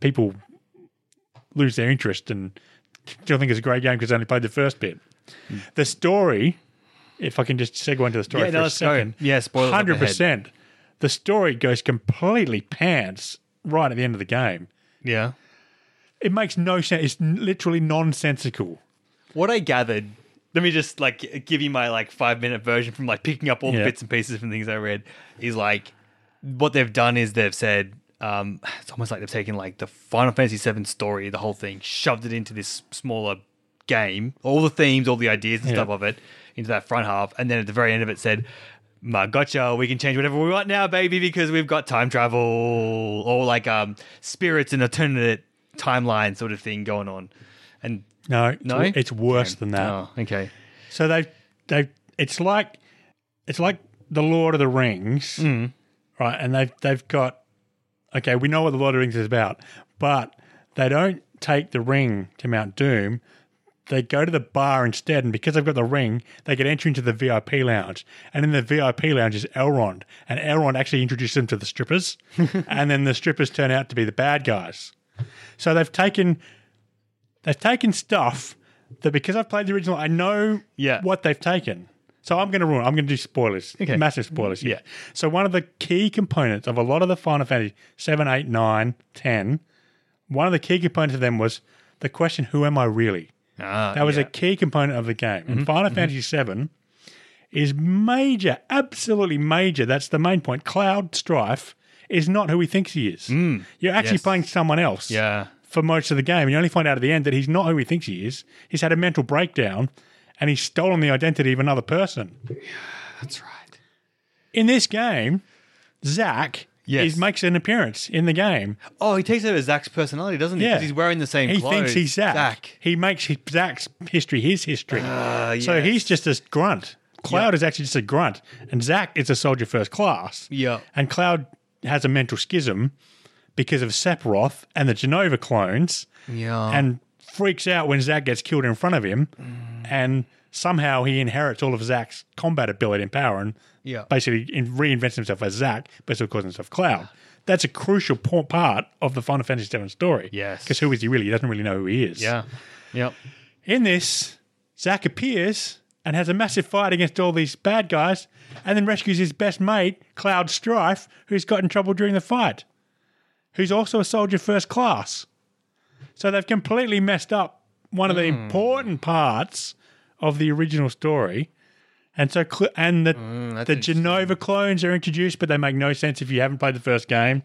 Speaker 1: people lose their interest and still think it's a great game because they only played the first bit. The story, if I can just segue into the story
Speaker 2: Yeah,
Speaker 1: for
Speaker 2: no,
Speaker 1: a
Speaker 2: let's go.
Speaker 1: second,
Speaker 2: Yeah, spoilers up
Speaker 1: hundred
Speaker 2: ahead.
Speaker 1: percent. The story goes completely pants right at the end of the game.
Speaker 2: Yeah.
Speaker 1: It makes no sense. It's n- literally nonsensical.
Speaker 2: what I gathered. Let me just like give you my like five minute version from like picking up all
Speaker 1: Yeah.
Speaker 2: the bits and pieces from things I read. Is like what they've done is they've said um, it's almost like they've taken like the Final Fantasy VII story, the whole thing, shoved it into this smaller game, all the themes, all the ideas and stuff of it into that front half, and then at the very end of it said my gotcha, we can change whatever we want now, baby, because we've got time travel or like um spirits and alternate timeline sort of thing going on. And
Speaker 1: No,
Speaker 2: No?
Speaker 1: it's, it's worse than that.
Speaker 2: oh, okay.
Speaker 1: So they they it's like it's like the Lord of the Rings, right? And they've they've got okay, we know what the Lord of the Rings is about, but they don't take the ring to Mount Doom. They go to the bar instead, and because they've got the ring, they get entry into the VIP lounge. And in the VIP lounge is Elrond, and Elrond actually introduces them to the strippers, and then the strippers turn out to be the bad guys. So they've taken they've taken stuff that because I've played the original, I know
Speaker 2: Yeah.
Speaker 1: what they've taken. So I'm going to ruin. I'm going to do spoilers,
Speaker 2: Okay.
Speaker 1: massive spoilers. here.
Speaker 2: Yeah.
Speaker 1: So one of the key components of a lot of the Final Fantasy 7, 8, 9, 10, one of the key components of them was the question, "Who am I really?"
Speaker 2: Ah,
Speaker 1: That was
Speaker 2: yeah. Mm-hmm.
Speaker 1: a key component of the game. And Final Fantasy 7 is major, absolutely major. That's the main point. Cloud Strife is not who he thinks he is. You're actually
Speaker 2: Mm. Yes.
Speaker 1: playing someone else
Speaker 2: yeah.
Speaker 1: for most of the game. And you only find out at the end that he's not who he thinks he is. He's had a mental breakdown and he's stolen the identity of another person.
Speaker 2: That's right.
Speaker 1: In this game, Zack
Speaker 2: Yes.
Speaker 1: is, makes an appearance in the game.
Speaker 2: Oh, he takes over Zach's personality, doesn't he?
Speaker 1: Yeah.
Speaker 2: 'Cause he's wearing the same
Speaker 1: He
Speaker 2: clothes.
Speaker 1: thinks he's Zack.
Speaker 2: Zack.
Speaker 1: He makes his, Zack's history his history.
Speaker 2: Ah,
Speaker 1: So
Speaker 2: yes.
Speaker 1: he's just a grunt. Cloud is actually just a grunt, and Zack is a soldier first class.
Speaker 2: Yeah.
Speaker 1: And Cloud has a mental schism because of Sephiroth and the Genova clones.
Speaker 2: Yeah.
Speaker 1: and freaks out when Zack gets killed in front of him, and somehow he inherits all of Zack's combat ability and power, and
Speaker 2: Yeah.
Speaker 1: basically in, reinvents himself as Zack, but still calls himself Cloud. That's a crucial po- part of the Final Fantasy VII story.
Speaker 2: Yes.
Speaker 1: because who is he really? He doesn't really know who he is.
Speaker 2: yeah. Yep.
Speaker 1: In this, Zack appears and has a massive fight against all these bad guys, and then rescues his best mate, Cloud Strife, who's got in trouble during the fight, who's also a soldier first class. So they've completely messed up one of the
Speaker 2: Hmm.
Speaker 1: important parts of the original story. And so, cl- and the,
Speaker 2: Hmm, that's
Speaker 1: the Genova clones are introduced, but they make no sense if you haven't played the first game.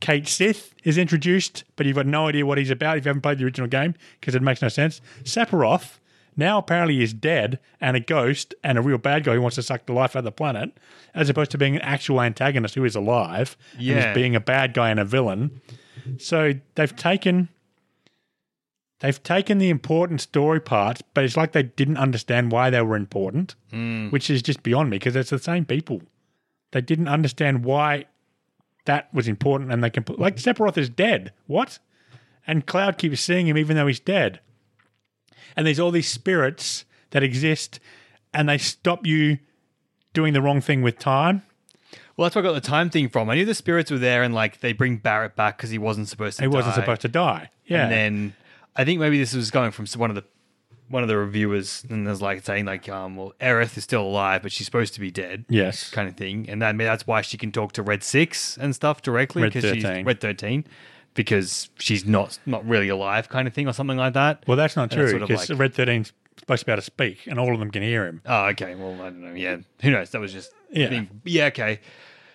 Speaker 1: Kate Sith is introduced, but you've got no idea what he's about if you haven't played the original game because it makes no sense. Sephiroth now apparently is dead and a ghost and a real bad guy who wants to suck the life out of the planet, as opposed to being an actual antagonist who is alive and
Speaker 2: Yeah.
Speaker 1: is being a bad guy and a villain. So they've taken they've taken the important story parts, but it's like they didn't understand why they were important,
Speaker 2: Hmm.
Speaker 1: which is just beyond me because it's the same people. They didn't understand why that was important, and they can like Sephiroth is dead. What? And Cloud keeps seeing him even though he's dead. And there's all these spirits that exist, and they stop you doing the wrong thing with time.
Speaker 2: Well, that's where I got the time thing from. I knew the spirits were there, and like they bring Barrett back because he wasn't supposed to.
Speaker 1: He wasn't
Speaker 2: die.
Speaker 1: supposed to die. Yeah.
Speaker 2: And then I think maybe this was going from s- one of the one of the reviewers, and there's like saying like, um, well, Aerith is still alive, but she's supposed to be dead.
Speaker 1: yes.
Speaker 2: kind of thing, and that that's why she can talk to Red Six and stuff directly
Speaker 1: Red
Speaker 2: because she's
Speaker 1: 13.
Speaker 2: Red Thirteen because she's not not really alive, kind of thing, or something like that.
Speaker 1: Well, that's not
Speaker 2: And it's
Speaker 1: true
Speaker 2: sort of
Speaker 1: because
Speaker 2: like-
Speaker 1: Red 13's supposed to be able to speak, and all of them can hear him.
Speaker 2: oh, okay. Well, I don't know. Yeah, who knows? That was just
Speaker 1: Yeah.
Speaker 2: thing. Yeah, okay.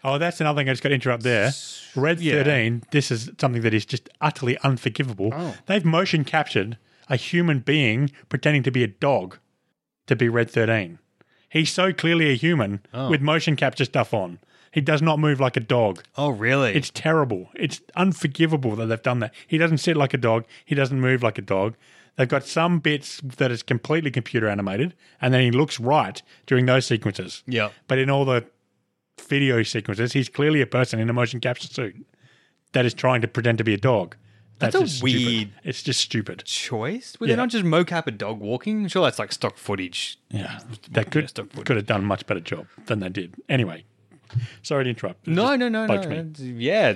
Speaker 1: Oh, that's another thing I just got to interrupt there. Red
Speaker 2: Yeah.
Speaker 1: 13, this is something that is just utterly unforgivable.
Speaker 2: Oh.
Speaker 1: They've motion captured a human being pretending to be a dog to be Red 13. He's so clearly a human with motion capture stuff on. He does not move like a dog.
Speaker 2: Oh, really?
Speaker 1: It's terrible. It's unforgivable that they've done that. He doesn't sit like a dog. He doesn't move like a dog. They've got some bits that is completely computer animated, and then he looks right during those sequences.
Speaker 2: Yeah.
Speaker 1: But in all the video sequences, he's clearly a person in a motion capture suit that is trying to pretend to be a dog.
Speaker 2: That's a
Speaker 1: just stupid.
Speaker 2: weird-
Speaker 1: It's just stupid.
Speaker 2: choice? Were
Speaker 1: Yeah.
Speaker 2: they not just mocap a dog walking? Sure, that's like stock footage.
Speaker 1: Yeah, they could
Speaker 2: stop with-
Speaker 1: could have done a much better job than they did. Anyway, sorry to interrupt. It
Speaker 2: No,
Speaker 1: just
Speaker 2: no, no, no.
Speaker 1: bugs me.
Speaker 2: It's- Yeah,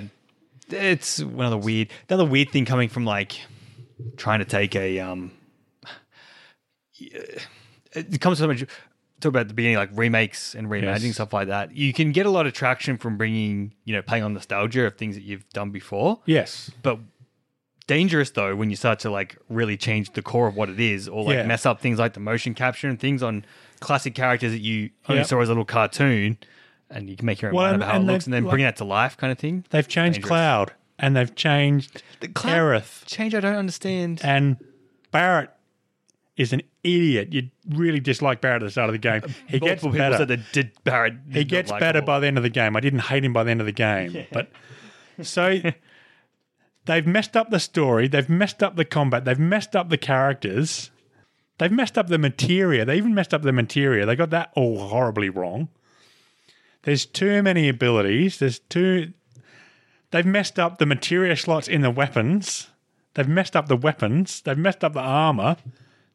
Speaker 2: it's another weird, another weird thing coming from like trying to take a um. It comes so much. Talk about at the beginning, like remakes and reimagining
Speaker 1: Yes.
Speaker 2: stuff like that. You can get a lot of traction from bringing, you know, playing on nostalgia of things that you've done before.
Speaker 1: Yes,
Speaker 2: But dangerous though when you start to like really change the core of what it is, or like
Speaker 1: Yeah.
Speaker 2: mess up things like the motion capture and things on classic characters that you only
Speaker 1: Yep.
Speaker 2: saw as a little cartoon, and you can make your own
Speaker 1: Well,
Speaker 2: mind
Speaker 1: and-
Speaker 2: about how
Speaker 1: and
Speaker 2: it looks,
Speaker 1: they've-
Speaker 2: and then bring that to life, kind of thing.
Speaker 1: they've changed
Speaker 2: Dangerous.
Speaker 1: Cloud and they've changed
Speaker 2: The
Speaker 1: Aerith.
Speaker 2: change I don't understand.
Speaker 1: and Barrett is an idiot. You really dislike Barrett at the start of the game. He gets
Speaker 2: Uh, Multiple people
Speaker 1: better.
Speaker 2: said that did Barrett. did
Speaker 1: he
Speaker 2: not
Speaker 1: gets
Speaker 2: like
Speaker 1: better
Speaker 2: Paul.
Speaker 1: by the end of the game. I didn't hate him by the end of the game, but so they've messed up the story, they've messed up the combat, they've messed up the characters, they've messed up the materia. They even messed up the materia. They got that all horribly wrong. There's too many abilities. There's too. They've messed up the materia slots in the weapons. They've messed up the weapons. They've messed up the armor.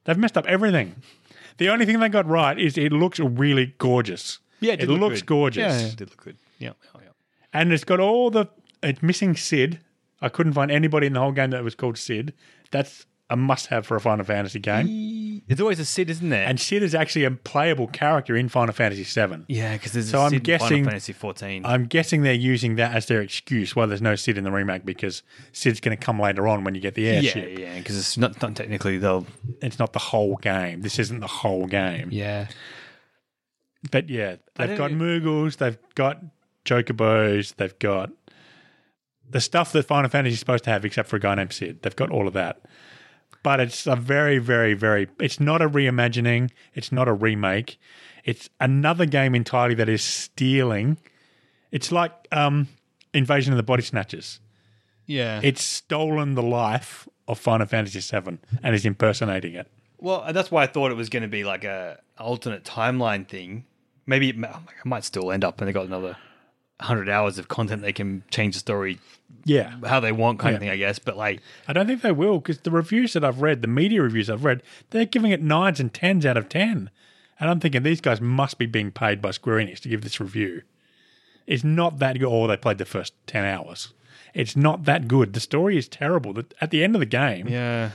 Speaker 1: They've messed up everything. The only thing they got right is it looks really gorgeous.
Speaker 2: Yeah,
Speaker 1: it,
Speaker 2: did look
Speaker 1: looks
Speaker 2: good.
Speaker 1: gorgeous.
Speaker 2: Yeah, yeah, it did look good. Yeah, yeah, yeah.
Speaker 1: And it's got all the. It's missing Sid. I couldn't find anybody in the whole game that was called Sid. That's a must have for a Final Fantasy game.
Speaker 2: There's always a Sid, isn't there?
Speaker 1: And Sid is actually a playable character in Final Fantasy VII.
Speaker 2: yeah, because there's
Speaker 1: So
Speaker 2: a
Speaker 1: I'm
Speaker 2: Sid in
Speaker 1: guessing-
Speaker 2: Final Fantasy 14.
Speaker 1: I'm guessing they're using that as their excuse why there's no Sid in the remake because Sid's going to come later on when you get the
Speaker 2: yeah,
Speaker 1: airship.
Speaker 2: yeah, because it's not, not technically they'll.
Speaker 1: It's not the whole game. This isn't the whole game.
Speaker 2: Yeah.
Speaker 1: But yeah, they've
Speaker 2: don't
Speaker 1: got
Speaker 2: e-
Speaker 1: Moogles, they've got Chocobos, they've got the stuff that Final Fantasy is supposed to have, except for a guy named Sid. They've got all of that. But it's a very, very, very. It's not a reimagining. It's not a remake. It's another game entirely that is stealing. It's like um, Invasion of the Body Snatchers.
Speaker 2: Yeah.
Speaker 1: It's stolen the life of Final Fantasy VII and is impersonating it.
Speaker 2: Well, and that's why I thought it was going to be like a alternate timeline thing. Maybe it, ma- oh my God, it might still end up, and they got another hundred hours of content they can change the story
Speaker 1: Yeah.
Speaker 2: how they want, kind of
Speaker 1: Yeah.
Speaker 2: thing, I guess. But like,
Speaker 1: I don't think they will because the reviews that I've read, the media reviews I've read, they're giving it nines and tens out of ten. And I'm thinking these guys must be being paid by Square Enix to give this review. It's not that good. Or they played the first ten hours. It's not that good. The story is terrible. The- At the end of the game,
Speaker 2: yeah,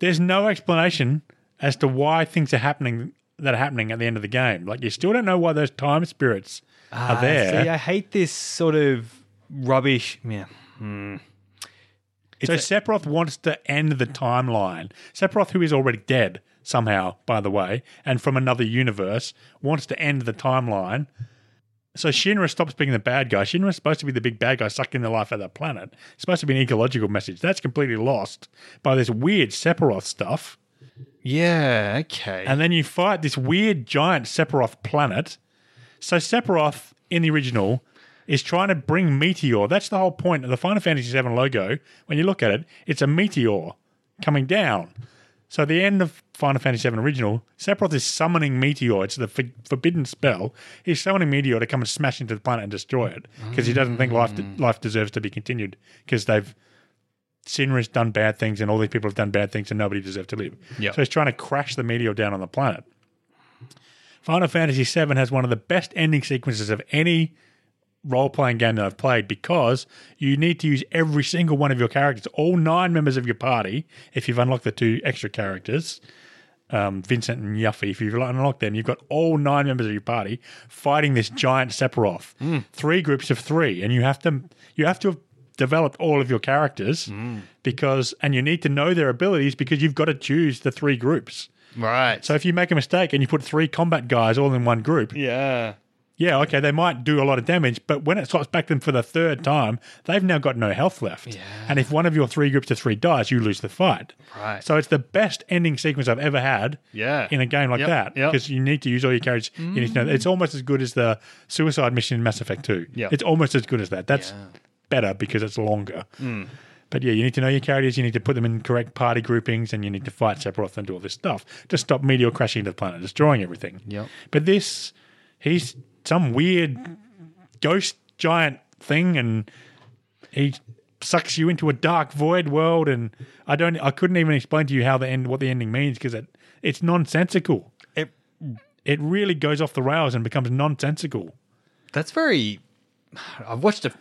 Speaker 1: there's no explanation as to why things are happening that are happening at the end of the game. Like you still don't know why those time spirits are there.
Speaker 2: Uh, See, Ah, I hate this sort of rubbish. Yeah,
Speaker 1: So Sephiroth wants to end the timeline. Sephiroth, who is already dead somehow, by the way, and from another universe, wants to end the timeline. So Shinra stops being the bad guy. Shinra's supposed to be the big bad guy sucking the life out of the planet. It's supposed to be an ecological message. That's completely lost by this weird Sephiroth stuff.
Speaker 2: yeah, okay.
Speaker 1: And then you fight this weird giant Sephiroth planet. So Sephiroth in the original is trying to bring Meteor. That's the whole point of the Final Fantasy VII logo. When you look at it, it's a meteor coming down. So at the end of Final Fantasy VII original, Sephiroth is summoning Meteor. It's the for- forbidden spell. He's summoning Meteor to come and smash into the planet and destroy it because he doesn't think life life deserves to be continued because they've Shinra's done bad things and all these people have done bad things and nobody deserves to live.
Speaker 2: Yeah.
Speaker 1: So he's trying to crash the meteor down on the planet. Final Fantasy VII has one of the best ending sequences of any role playing game that I've played because you need to use every single one of your characters, all nine members of your party, if you've unlocked the two extra characters. Um, Vincent and Yuffie, if you've unlocked them, you've got all nine members of your party fighting this giant Sephiroth. Three groups of three, and you have to you have to have developed all of your characters because, and you need to know their abilities because you've got to choose the three groups.
Speaker 2: right.
Speaker 1: So if you make a mistake and you put three combat guys all in one group,
Speaker 2: yeah,
Speaker 1: yeah, okay, they might do a lot of damage, but when it swaps back to them for the third time, they've now got no health left. And if one of your three groups of three dies, you lose the fight.
Speaker 2: Right.
Speaker 1: So it's the best ending sequence I've ever had
Speaker 2: Yeah.
Speaker 1: in a game like
Speaker 2: Yep,
Speaker 1: that
Speaker 2: yep.
Speaker 1: because you need to use all your characters. You
Speaker 2: Mm-hmm.
Speaker 1: need to know, it's almost as good as the suicide mission in Mass Effect 2.
Speaker 2: Yeah.
Speaker 1: It's almost as good as that. That's better because it's longer.
Speaker 2: Mm.
Speaker 1: But yeah, you need to know your characters, you need to put them in correct party groupings, and you need to fight Sephiroth and do all this stuff to stop Meteor crashing into the planet, destroying everything.
Speaker 2: Yep.
Speaker 1: But this, he's some weird ghost giant thing, and he sucks you into a dark void world. And I don't, I couldn't even explain to you how the end, what the ending means, because it, it's nonsensical.
Speaker 2: It-
Speaker 1: it really goes off the rails and becomes nonsensical.
Speaker 2: that's very. I've watched a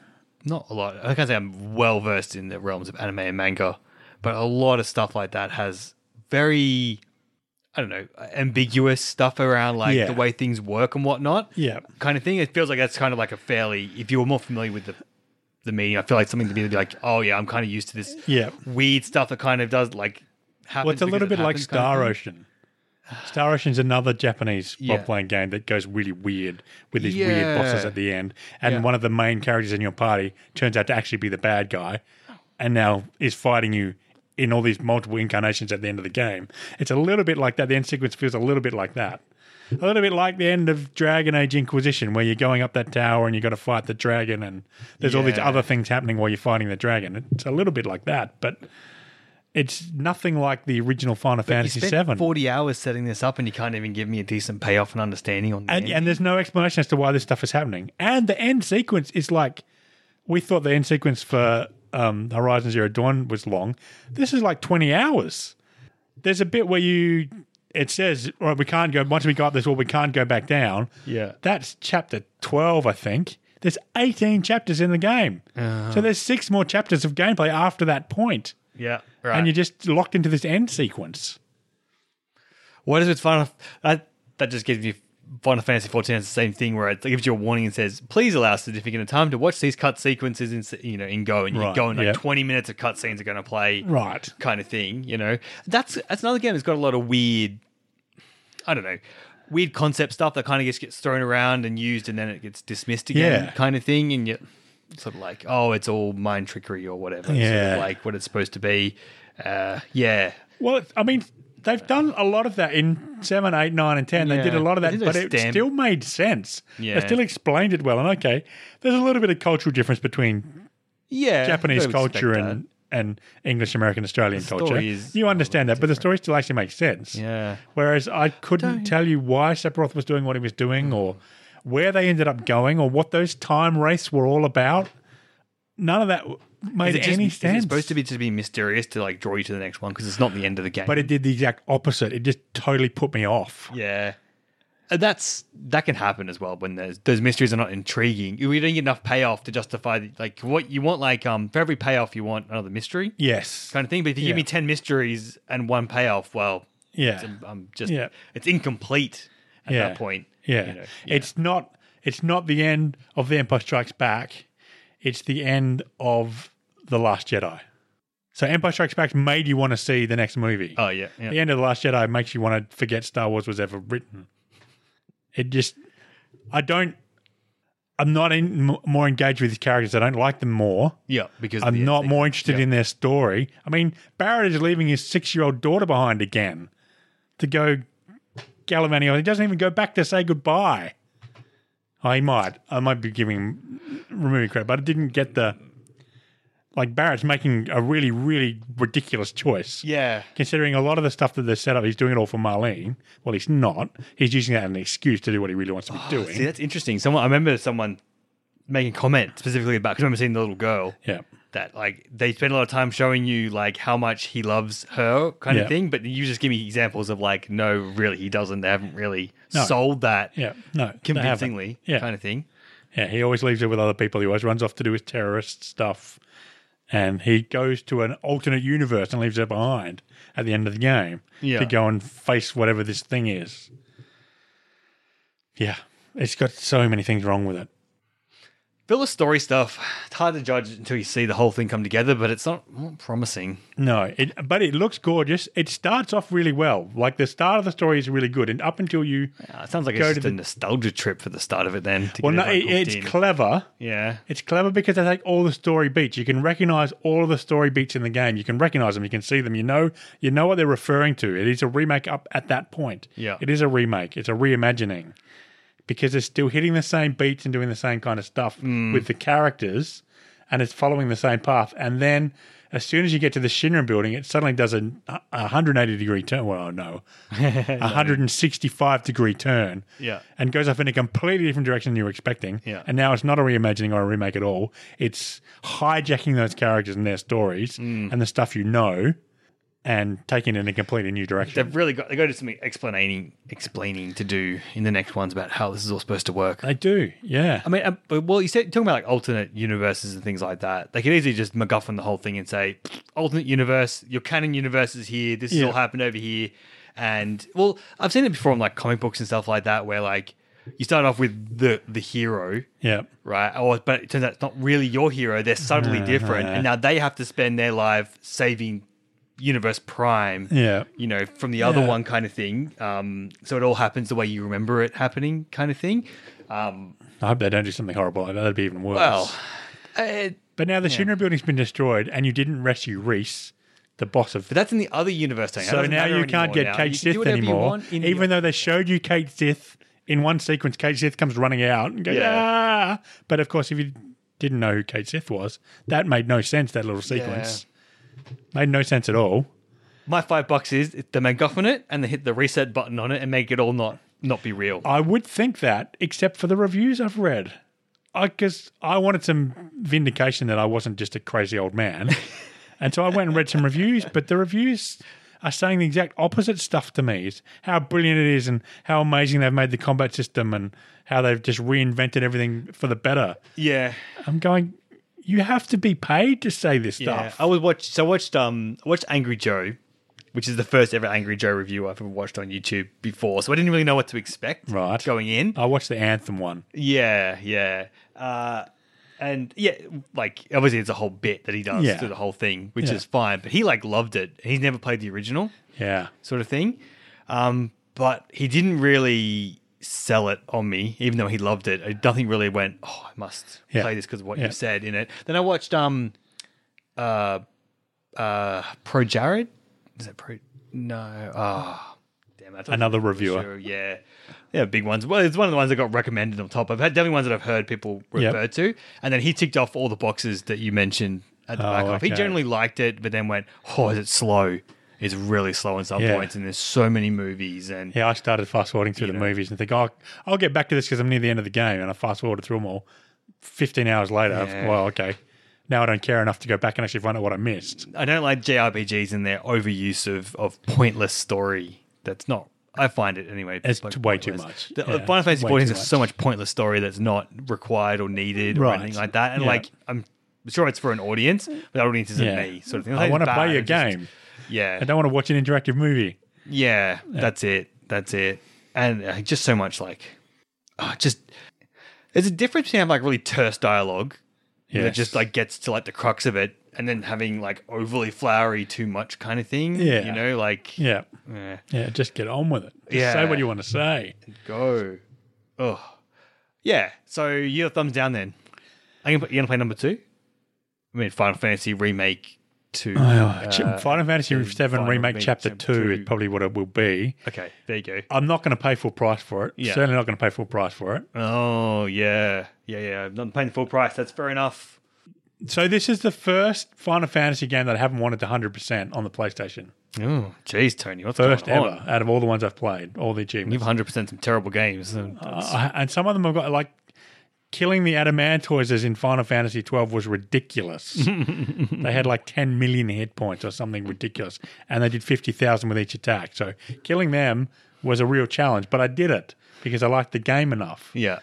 Speaker 2: not a lot. I can't say I'm well versed in the realms of anime and manga, but a lot of stuff like that has very. I don't know, ambiguous stuff around like
Speaker 1: Yeah.
Speaker 2: the way things work and whatnot.
Speaker 1: Yeah.
Speaker 2: kind of thing. It feels like that's kind of like a fairly. If you were more familiar with the the meaning, I feel like something to be like, oh yeah, I'm kind of used to this.
Speaker 1: Yeah.
Speaker 2: weird stuff that kind of does like. Happens
Speaker 1: Well, it's a
Speaker 2: because
Speaker 1: little
Speaker 2: it
Speaker 1: bit like
Speaker 2: happens kind of
Speaker 1: Star
Speaker 2: thing.
Speaker 1: Ocean. Star Ocean's another Japanese
Speaker 2: Yeah.
Speaker 1: role playing game that goes really weird with these weird
Speaker 2: Yeah.
Speaker 1: bosses at the end. And
Speaker 2: Yeah.
Speaker 1: one of the main characters in your party turns out to actually be the bad guy and now is fighting you in all these multiple incarnations at the end of the game. It's a little bit like that. The end sequence feels a little bit like that. A little bit like the end of Dragon Age Inquisition, where you're going up that tower and you've got to fight the dragon, and there's all these
Speaker 2: Yeah.
Speaker 1: other things happening while you're fighting the dragon. It's a little bit like that, but it's nothing like the original Final Fantasy
Speaker 2: you spent
Speaker 1: VII.
Speaker 2: forty hours setting this up, and you can't even give me a decent payoff and understanding on the
Speaker 1: and,
Speaker 2: end.
Speaker 1: and there's no explanation as to why this stuff is happening. And the end sequence is like we thought the end sequence for um, Horizon Zero Dawn was long. This is like 20 hours. There's a bit where you it says right, we can't go once we got this wall, we can't go back down.
Speaker 2: Yeah.
Speaker 1: that's chapter 12, I think. There's 18 chapters in the game,
Speaker 2: Uh-huh.
Speaker 1: so there's six more chapters of gameplay after that point,
Speaker 2: yeah, right.
Speaker 1: and you're just locked into this end sequence.
Speaker 2: What is with Final? That that just gives you Final Fantasy fourteen has the same thing where it gives you a warning and says, "Please allow significant time to watch these cut sequences in se- you know in Go and you
Speaker 1: Right,
Speaker 2: can go and like
Speaker 1: yeah.
Speaker 2: twenty minutes of cut scenes are going to play
Speaker 1: Right.
Speaker 2: kind of thing." You know, that's that's another game that's got a lot of weird, I don't know, weird concept stuff that kind of gets gets thrown around and used and then it gets dismissed again,
Speaker 1: Yeah.
Speaker 2: kind of thing, and you sort of like, oh, it's all mind trickery or whatever, sort of
Speaker 1: Yeah.
Speaker 2: like what it's supposed to be. Uh, yeah,
Speaker 1: Well, it's- I mean, they've done a lot of that in seven, eight, nine, and ten. They did a
Speaker 2: Yeah.
Speaker 1: lot of
Speaker 2: They
Speaker 1: that,
Speaker 2: did a
Speaker 1: but it
Speaker 2: stem.
Speaker 1: still made sense.
Speaker 2: Yeah.
Speaker 1: They still explained it well. And okay, there's a little bit of cultural difference between
Speaker 2: yeah, I
Speaker 1: Japanese
Speaker 2: would
Speaker 1: culture
Speaker 2: expect that.
Speaker 1: and, and English, American, Australian
Speaker 2: story
Speaker 1: culture.
Speaker 2: is
Speaker 1: You understand that, but the story still actually makes sense.
Speaker 2: Yeah.
Speaker 1: Whereas I couldn't tell you why Sephiroth was doing what he was doing or where they ended up going or what those time race were all about. None of that w- made
Speaker 2: Is it, just,
Speaker 1: any
Speaker 2: is
Speaker 1: sense.
Speaker 2: it supposed to be to be mysterious to like draw you to the next one because it's not the end of the game?
Speaker 1: but it did the exact opposite. It just totally put me off.
Speaker 2: yeah, And that's that can happen as well when there's, those mysteries are not intriguing. We don't get enough payoff to justify the, like what you want. Like um, for every payoff you want another mystery
Speaker 1: Yes.
Speaker 2: kind of thing. But if you give
Speaker 1: Yeah.
Speaker 2: me ten mysteries and one payoff, well,
Speaker 1: Yeah.
Speaker 2: I'm just
Speaker 1: Yeah.
Speaker 2: it's incomplete at
Speaker 1: yeah.
Speaker 2: that point.
Speaker 1: Yeah.
Speaker 2: you know,
Speaker 1: It's not it's not the end of The Empire Strikes Back. It's the end of The Last Jedi. So Empire Strikes Back made you want to see the next movie.
Speaker 2: Oh yeah, yeah.
Speaker 1: The end of The Last Jedi makes you want to forget Star Wars was ever written. It just I don't I'm not in, m- more engaged with these characters. I don't like them more.
Speaker 2: Yeah, because
Speaker 1: I'm
Speaker 2: the-
Speaker 1: not
Speaker 2: the-
Speaker 1: more interested in their story. I mean, Barrett is leaving his six year old daughter behind again to go gallivanting. on. He doesn't even go back to say goodbye. I might. I might be giving removing credit, but I didn't get the like Barrett's making a really, really ridiculous choice.
Speaker 2: Yeah,
Speaker 1: Considering a lot of the stuff that they set up, he's doing it all for Marlene. Well, he's not. He's using that as an excuse to do what he really wants to be doing.
Speaker 2: Oh, see, that's interesting. Someone I remember someone making a comment specifically about because I remember seeing the little girl.
Speaker 1: Yeah.
Speaker 2: that like they spend a lot of time showing you like how much he loves her kind
Speaker 1: Yeah.
Speaker 2: of thing, but you just give me examples of like no, really he doesn't. They haven't really
Speaker 1: No.
Speaker 2: sold that
Speaker 1: Yeah. No. they haven't.
Speaker 2: convincingly
Speaker 1: Yeah.
Speaker 2: kind of thing.
Speaker 1: Yeah, he always leaves it with other people. He always runs off to do his terrorist stuff. And he goes to an alternate universe and leaves it behind at the end of the game
Speaker 2: Yeah.
Speaker 1: to go and face whatever this thing is. Yeah, it's got so many things wrong with it.
Speaker 2: Filler story stuff. It's hard to judge until you see the whole thing come together, but it's not, not promising.
Speaker 1: No, it, but it looks gorgeous. It starts off really well. Like the start of the story is really good. And up until you.
Speaker 2: Uh, it sounds like
Speaker 1: Go
Speaker 2: it's just
Speaker 1: to
Speaker 2: a
Speaker 1: the-
Speaker 2: nostalgia trip for the start of it. Then, to
Speaker 1: Well,
Speaker 2: get
Speaker 1: no, it,
Speaker 2: everyone hooked
Speaker 1: it's
Speaker 2: in.
Speaker 1: clever.
Speaker 2: yeah,
Speaker 1: It's clever because they take all the story beats. You can recognize all of the story beats in the game. You can recognize them. You can see them. You know, you know what they're referring to. It is a remake up at that point.
Speaker 2: Yeah.
Speaker 1: it is a remake. It's a reimagining because it's still hitting the same beats and doing the same kind of stuff
Speaker 2: Mm.
Speaker 1: with the characters, and it's following the same path. And then as soon as you get to the Shinran building, it suddenly does a, a 180 degree turn. Well, no, 165 degree turn
Speaker 2: Yeah.
Speaker 1: and goes off in a completely different direction than you were expecting.
Speaker 2: Yeah.
Speaker 1: And now it's not a reimagining or a remake at all. It's hijacking those characters and their stories
Speaker 2: Mm.
Speaker 1: and the stuff you know and taking it in a completely new direction.
Speaker 2: they've really got they got to some explaining explaining to do in the next ones about how this is all supposed to work.
Speaker 1: They do, yeah.
Speaker 2: I mean, uh, but- well, you said talking about like alternate universes and things like that. They could easily just MacGuffin the whole thing and say, alternate universe, your canon universe is here. This has
Speaker 1: Yeah.
Speaker 2: all happened over here. And well, I've seen it before in like comic books and stuff like that, where like you start off with the the hero,
Speaker 1: Yeah.
Speaker 2: right? Or but it turns out it's not really your hero. They're subtly different, and now they have to spend their life saving Universe Prime,
Speaker 1: Yeah.
Speaker 2: you know, from the other
Speaker 1: Yeah.
Speaker 2: one kind of thing. Um, so it all happens the way you remember it happening, kind of thing. Um,
Speaker 1: I hope they don't do something horrible like that. That'd be even worse.
Speaker 2: well. Uh,
Speaker 1: but now the Shinra building's been destroyed and you didn't rescue Reese. the boss of.
Speaker 2: But that's in the other universe. Daniel. That
Speaker 1: So
Speaker 2: doesn't
Speaker 1: now
Speaker 2: matter
Speaker 1: you can't
Speaker 2: anymore
Speaker 1: get
Speaker 2: now.
Speaker 1: Kate
Speaker 2: You can do
Speaker 1: Sith
Speaker 2: whatever you
Speaker 1: anymore,
Speaker 2: want in
Speaker 1: even
Speaker 2: your-
Speaker 1: though they showed you Kate Sith in one sequence. Kate Sith comes running out and goes,
Speaker 2: Yeah.
Speaker 1: ah! But of course, if you didn't know who Kate Sith was, that made no sense. That little sequence made no sense at all.
Speaker 2: my five bucks is they MacGuffin it and they hit the reset button on it and make it all not not be real.
Speaker 1: I would think that, except for the reviews I've read. I because I wanted some vindication that I wasn't just a crazy old man, and so I went and read some reviews. But the reviews are saying the exact opposite stuff to me: is how brilliant it is, and how amazing they've made the combat system, and how they've just reinvented everything for the better.
Speaker 2: yeah,
Speaker 1: I'm going. You have to be paid to say this
Speaker 2: yeah.
Speaker 1: stuff.
Speaker 2: I was watched. So I watched um I watched Angry Joe, which is the first ever Angry Joe review I've ever watched on YouTube before. So I didn't really know what to expect.
Speaker 1: Right.
Speaker 2: going in.
Speaker 1: I watched the anthem one.
Speaker 2: Yeah, yeah. Uh, and yeah, like obviously it's a whole bit that he does
Speaker 1: Yeah.
Speaker 2: through the whole thing, which
Speaker 1: Yeah.
Speaker 2: is fine. But he like loved it. He's never played the original.
Speaker 1: Yeah,
Speaker 2: sort of thing. Um, but he didn't really sell it on me, even though he loved it. I, nothing really went, oh, I must
Speaker 1: Yeah.
Speaker 2: play this because of what
Speaker 1: Yeah.
Speaker 2: you said in it. Then I watched um, uh, uh, Pro Jared. Is that Pro? No. Oh, damn. I thought-
Speaker 1: another reviewer.
Speaker 2: Sure, yeah. Yeah, big ones. Well, it's one of the ones that got recommended on top. I've had definitely ones that I've heard people
Speaker 1: Yep.
Speaker 2: refer to. And then he ticked off all the boxes that you mentioned at the
Speaker 1: Oh,
Speaker 2: back off. He
Speaker 1: okay.
Speaker 2: generally liked it, but then went, Oh, is it slow? It's really slow in some
Speaker 1: Yeah.
Speaker 2: points, and there's so many movies and
Speaker 1: Yeah, I started fast forwarding through the movies and think, oh, I'll get back to this because I'm near the end of the game. And I fast forwarded through them all. 15 hours later, I've-
Speaker 2: Yeah.
Speaker 1: well, okay. Now I don't care enough to go back and actually find out what I missed.
Speaker 2: I don't like JRPGs and their overuse of, of pointless story. That's not. I find it anyway.
Speaker 1: It's
Speaker 2: like,
Speaker 1: t- way too
Speaker 2: pointless.
Speaker 1: much.
Speaker 2: The uh,
Speaker 1: Yeah,
Speaker 2: Final Fantasy
Speaker 1: way
Speaker 2: XIV
Speaker 1: too
Speaker 2: has so much pointless story that's not required or needed or
Speaker 1: Right.
Speaker 2: anything like that. And
Speaker 1: Yeah.
Speaker 2: like, I'm sure it's for an audience, but that audience isn't
Speaker 1: Yeah.
Speaker 2: me, sort of thing.
Speaker 1: I
Speaker 2: It's
Speaker 1: want to
Speaker 2: bad,
Speaker 1: play your
Speaker 2: it's just-
Speaker 1: game.
Speaker 2: Yeah,
Speaker 1: I don't want to watch an interactive movie.
Speaker 2: yeah, that's it. That's it. And uh, just so much like, uh, just there's a difference between having like really terse dialogue that
Speaker 1: Yes.
Speaker 2: just like gets to like the crux of it, and then having like overly flowery, too much kind of thing.
Speaker 1: Yeah.
Speaker 2: you know, like
Speaker 1: Yeah.
Speaker 2: eh,
Speaker 1: Yeah. Just get on with it. Just
Speaker 2: Yeah.
Speaker 1: say what you want to say.
Speaker 2: go. Oh, yeah. So your thumbs down then. I'm gonna put, you gonna play number two. I mean, Final Fantasy remake two.
Speaker 1: Oh, Ch- Final Fantasy VII
Speaker 2: Final
Speaker 1: Remake
Speaker 2: Remake
Speaker 1: Chapter
Speaker 2: Chapter
Speaker 1: 2
Speaker 2: two.
Speaker 1: is probably what it will be.
Speaker 2: okay, there you go.
Speaker 1: I'm not going to pay full price for it.
Speaker 2: Yeah.
Speaker 1: Certainly not going to pay full price for it.
Speaker 2: Oh yeah, yeah, yeah. I'm not paying the full price. That's fair enough.
Speaker 1: So, this is the first Final Fantasy game that I haven't wanted to 100% on the PlayStation.
Speaker 2: Oh, jeez, Tony, what's
Speaker 1: First
Speaker 2: going
Speaker 1: ever
Speaker 2: on?
Speaker 1: out of all the ones I've played, all the achievements.
Speaker 2: You've 100 percent some terrible games.
Speaker 1: Uh, and some of them have got like killing the adamantoids as in Final Fantasy twelve was ridiculous. they had like ten million hit points or something ridiculous, and they did fifty thousand with each attack. So killing them was a real challenge, but I did it because I liked the game enough.
Speaker 2: yeah,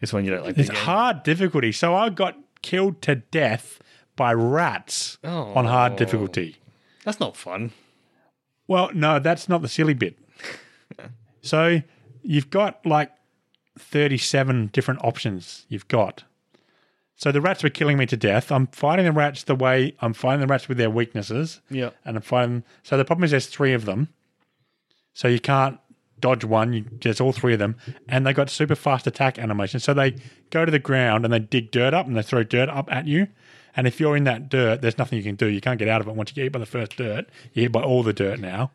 Speaker 2: this one you don't like.
Speaker 1: It's
Speaker 2: the game.
Speaker 1: hard difficulty, so I got killed to death by rats on
Speaker 2: Oh.
Speaker 1: hard difficulty.
Speaker 2: That's not fun.
Speaker 1: Well, no, that's not the silly bit. so you've got like 37 different options you've got. So the rats were killing me to death. I'm fighting the rats the way I'm fighting the rats with their weaknesses.
Speaker 2: Yeah.
Speaker 1: And I'm fighting. So the problem is there's three of them. So you can't dodge one. You, there's all three of them. And they got super fast attack animation. So they go to the ground and they dig dirt up and they throw dirt up at you. And if you're in that dirt, there's nothing you can do. You can't get out of it. Once you get hit by the first dirt, you hit by all the dirt now.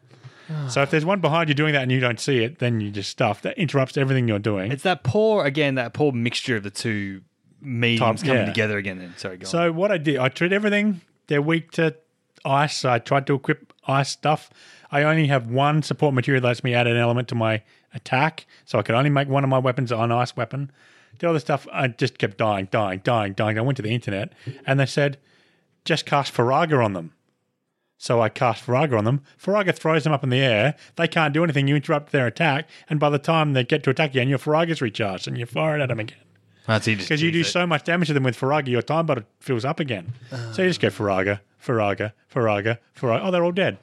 Speaker 1: So if there's one behind you doing that and you don't see it, then you just stuff. That interrupts everything you're doing.
Speaker 2: It's that poor again. That poor mixture of the two mediums
Speaker 1: Types,
Speaker 2: coming
Speaker 1: yeah.
Speaker 2: together again. Then sorry, go on.
Speaker 1: So what I did, I treat everything. They're weak to ice. I tried to equip ice stuff. I only have one support material that lets me add an element to my attack, so I could only make one of my weapons an ice weapon. The other stuff, I just kept dying, dying, dying, dying. I went to the internet, and they said, just cast Faraga on them. So I cast Faraga on them. Faraga throws them up in the air. They can't do anything. You interrupt their attack, and by the time they get to attack again, your Faraga's recharged, and you fire it at them again.
Speaker 2: That's it, just
Speaker 1: Because you do
Speaker 2: use it.
Speaker 1: so much damage to them with Faraga, your time bottle fills up again. so you just go Faraga, Faraga, Faraga, Faraga. Oh, they're all dead.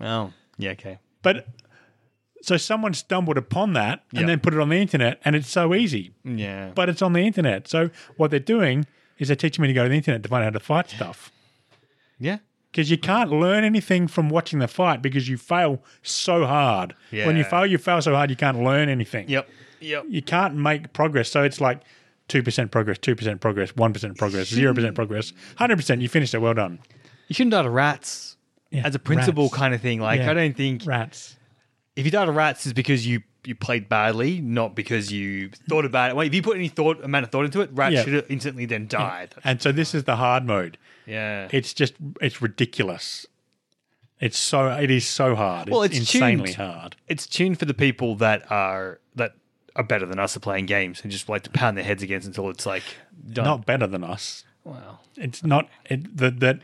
Speaker 2: Oh, yeah, okay.
Speaker 1: But so someone stumbled upon that and
Speaker 2: Yeah.
Speaker 1: then put it on the internet, and it's so easy.
Speaker 2: Yeah,
Speaker 1: But it's on the internet. So what they're doing is they're teaching me to go to the internet to find out how to fight stuff.
Speaker 2: yeah,
Speaker 1: Because you can't learn anything from watching the fight because you fail so hard. When you
Speaker 2: Yeah.
Speaker 1: fail, you fail so hard you can't learn anything.
Speaker 2: yep, yep.
Speaker 1: you can't make progress. So it's like two percent progress, two percent progress, one percent progress, zero percent progress, hundred percent. You finished it. Well done.
Speaker 2: You shouldn't die to rats.
Speaker 1: Yeah,
Speaker 2: as a principle
Speaker 1: rats.
Speaker 2: kind of thing. Like
Speaker 1: Yeah.
Speaker 2: I don't think
Speaker 1: Rats.
Speaker 2: if you died of rats is because you you played badly, not because you thought about it. Well, if you put any thought amount of thought into it, rats
Speaker 1: Yeah.
Speaker 2: should have instantly then died.
Speaker 1: And so this is the hard mode.
Speaker 2: Yeah.
Speaker 1: It's just it's ridiculous. It's so it is so hard.
Speaker 2: Well,
Speaker 1: it's,
Speaker 2: it's
Speaker 1: insanely
Speaker 2: tuned.
Speaker 1: hard.
Speaker 2: it's tuned for the people that are that are better than us at playing games and just like to pound their heads against until it's like done.
Speaker 1: Not better than us.
Speaker 2: Wow.
Speaker 1: It's not it, that that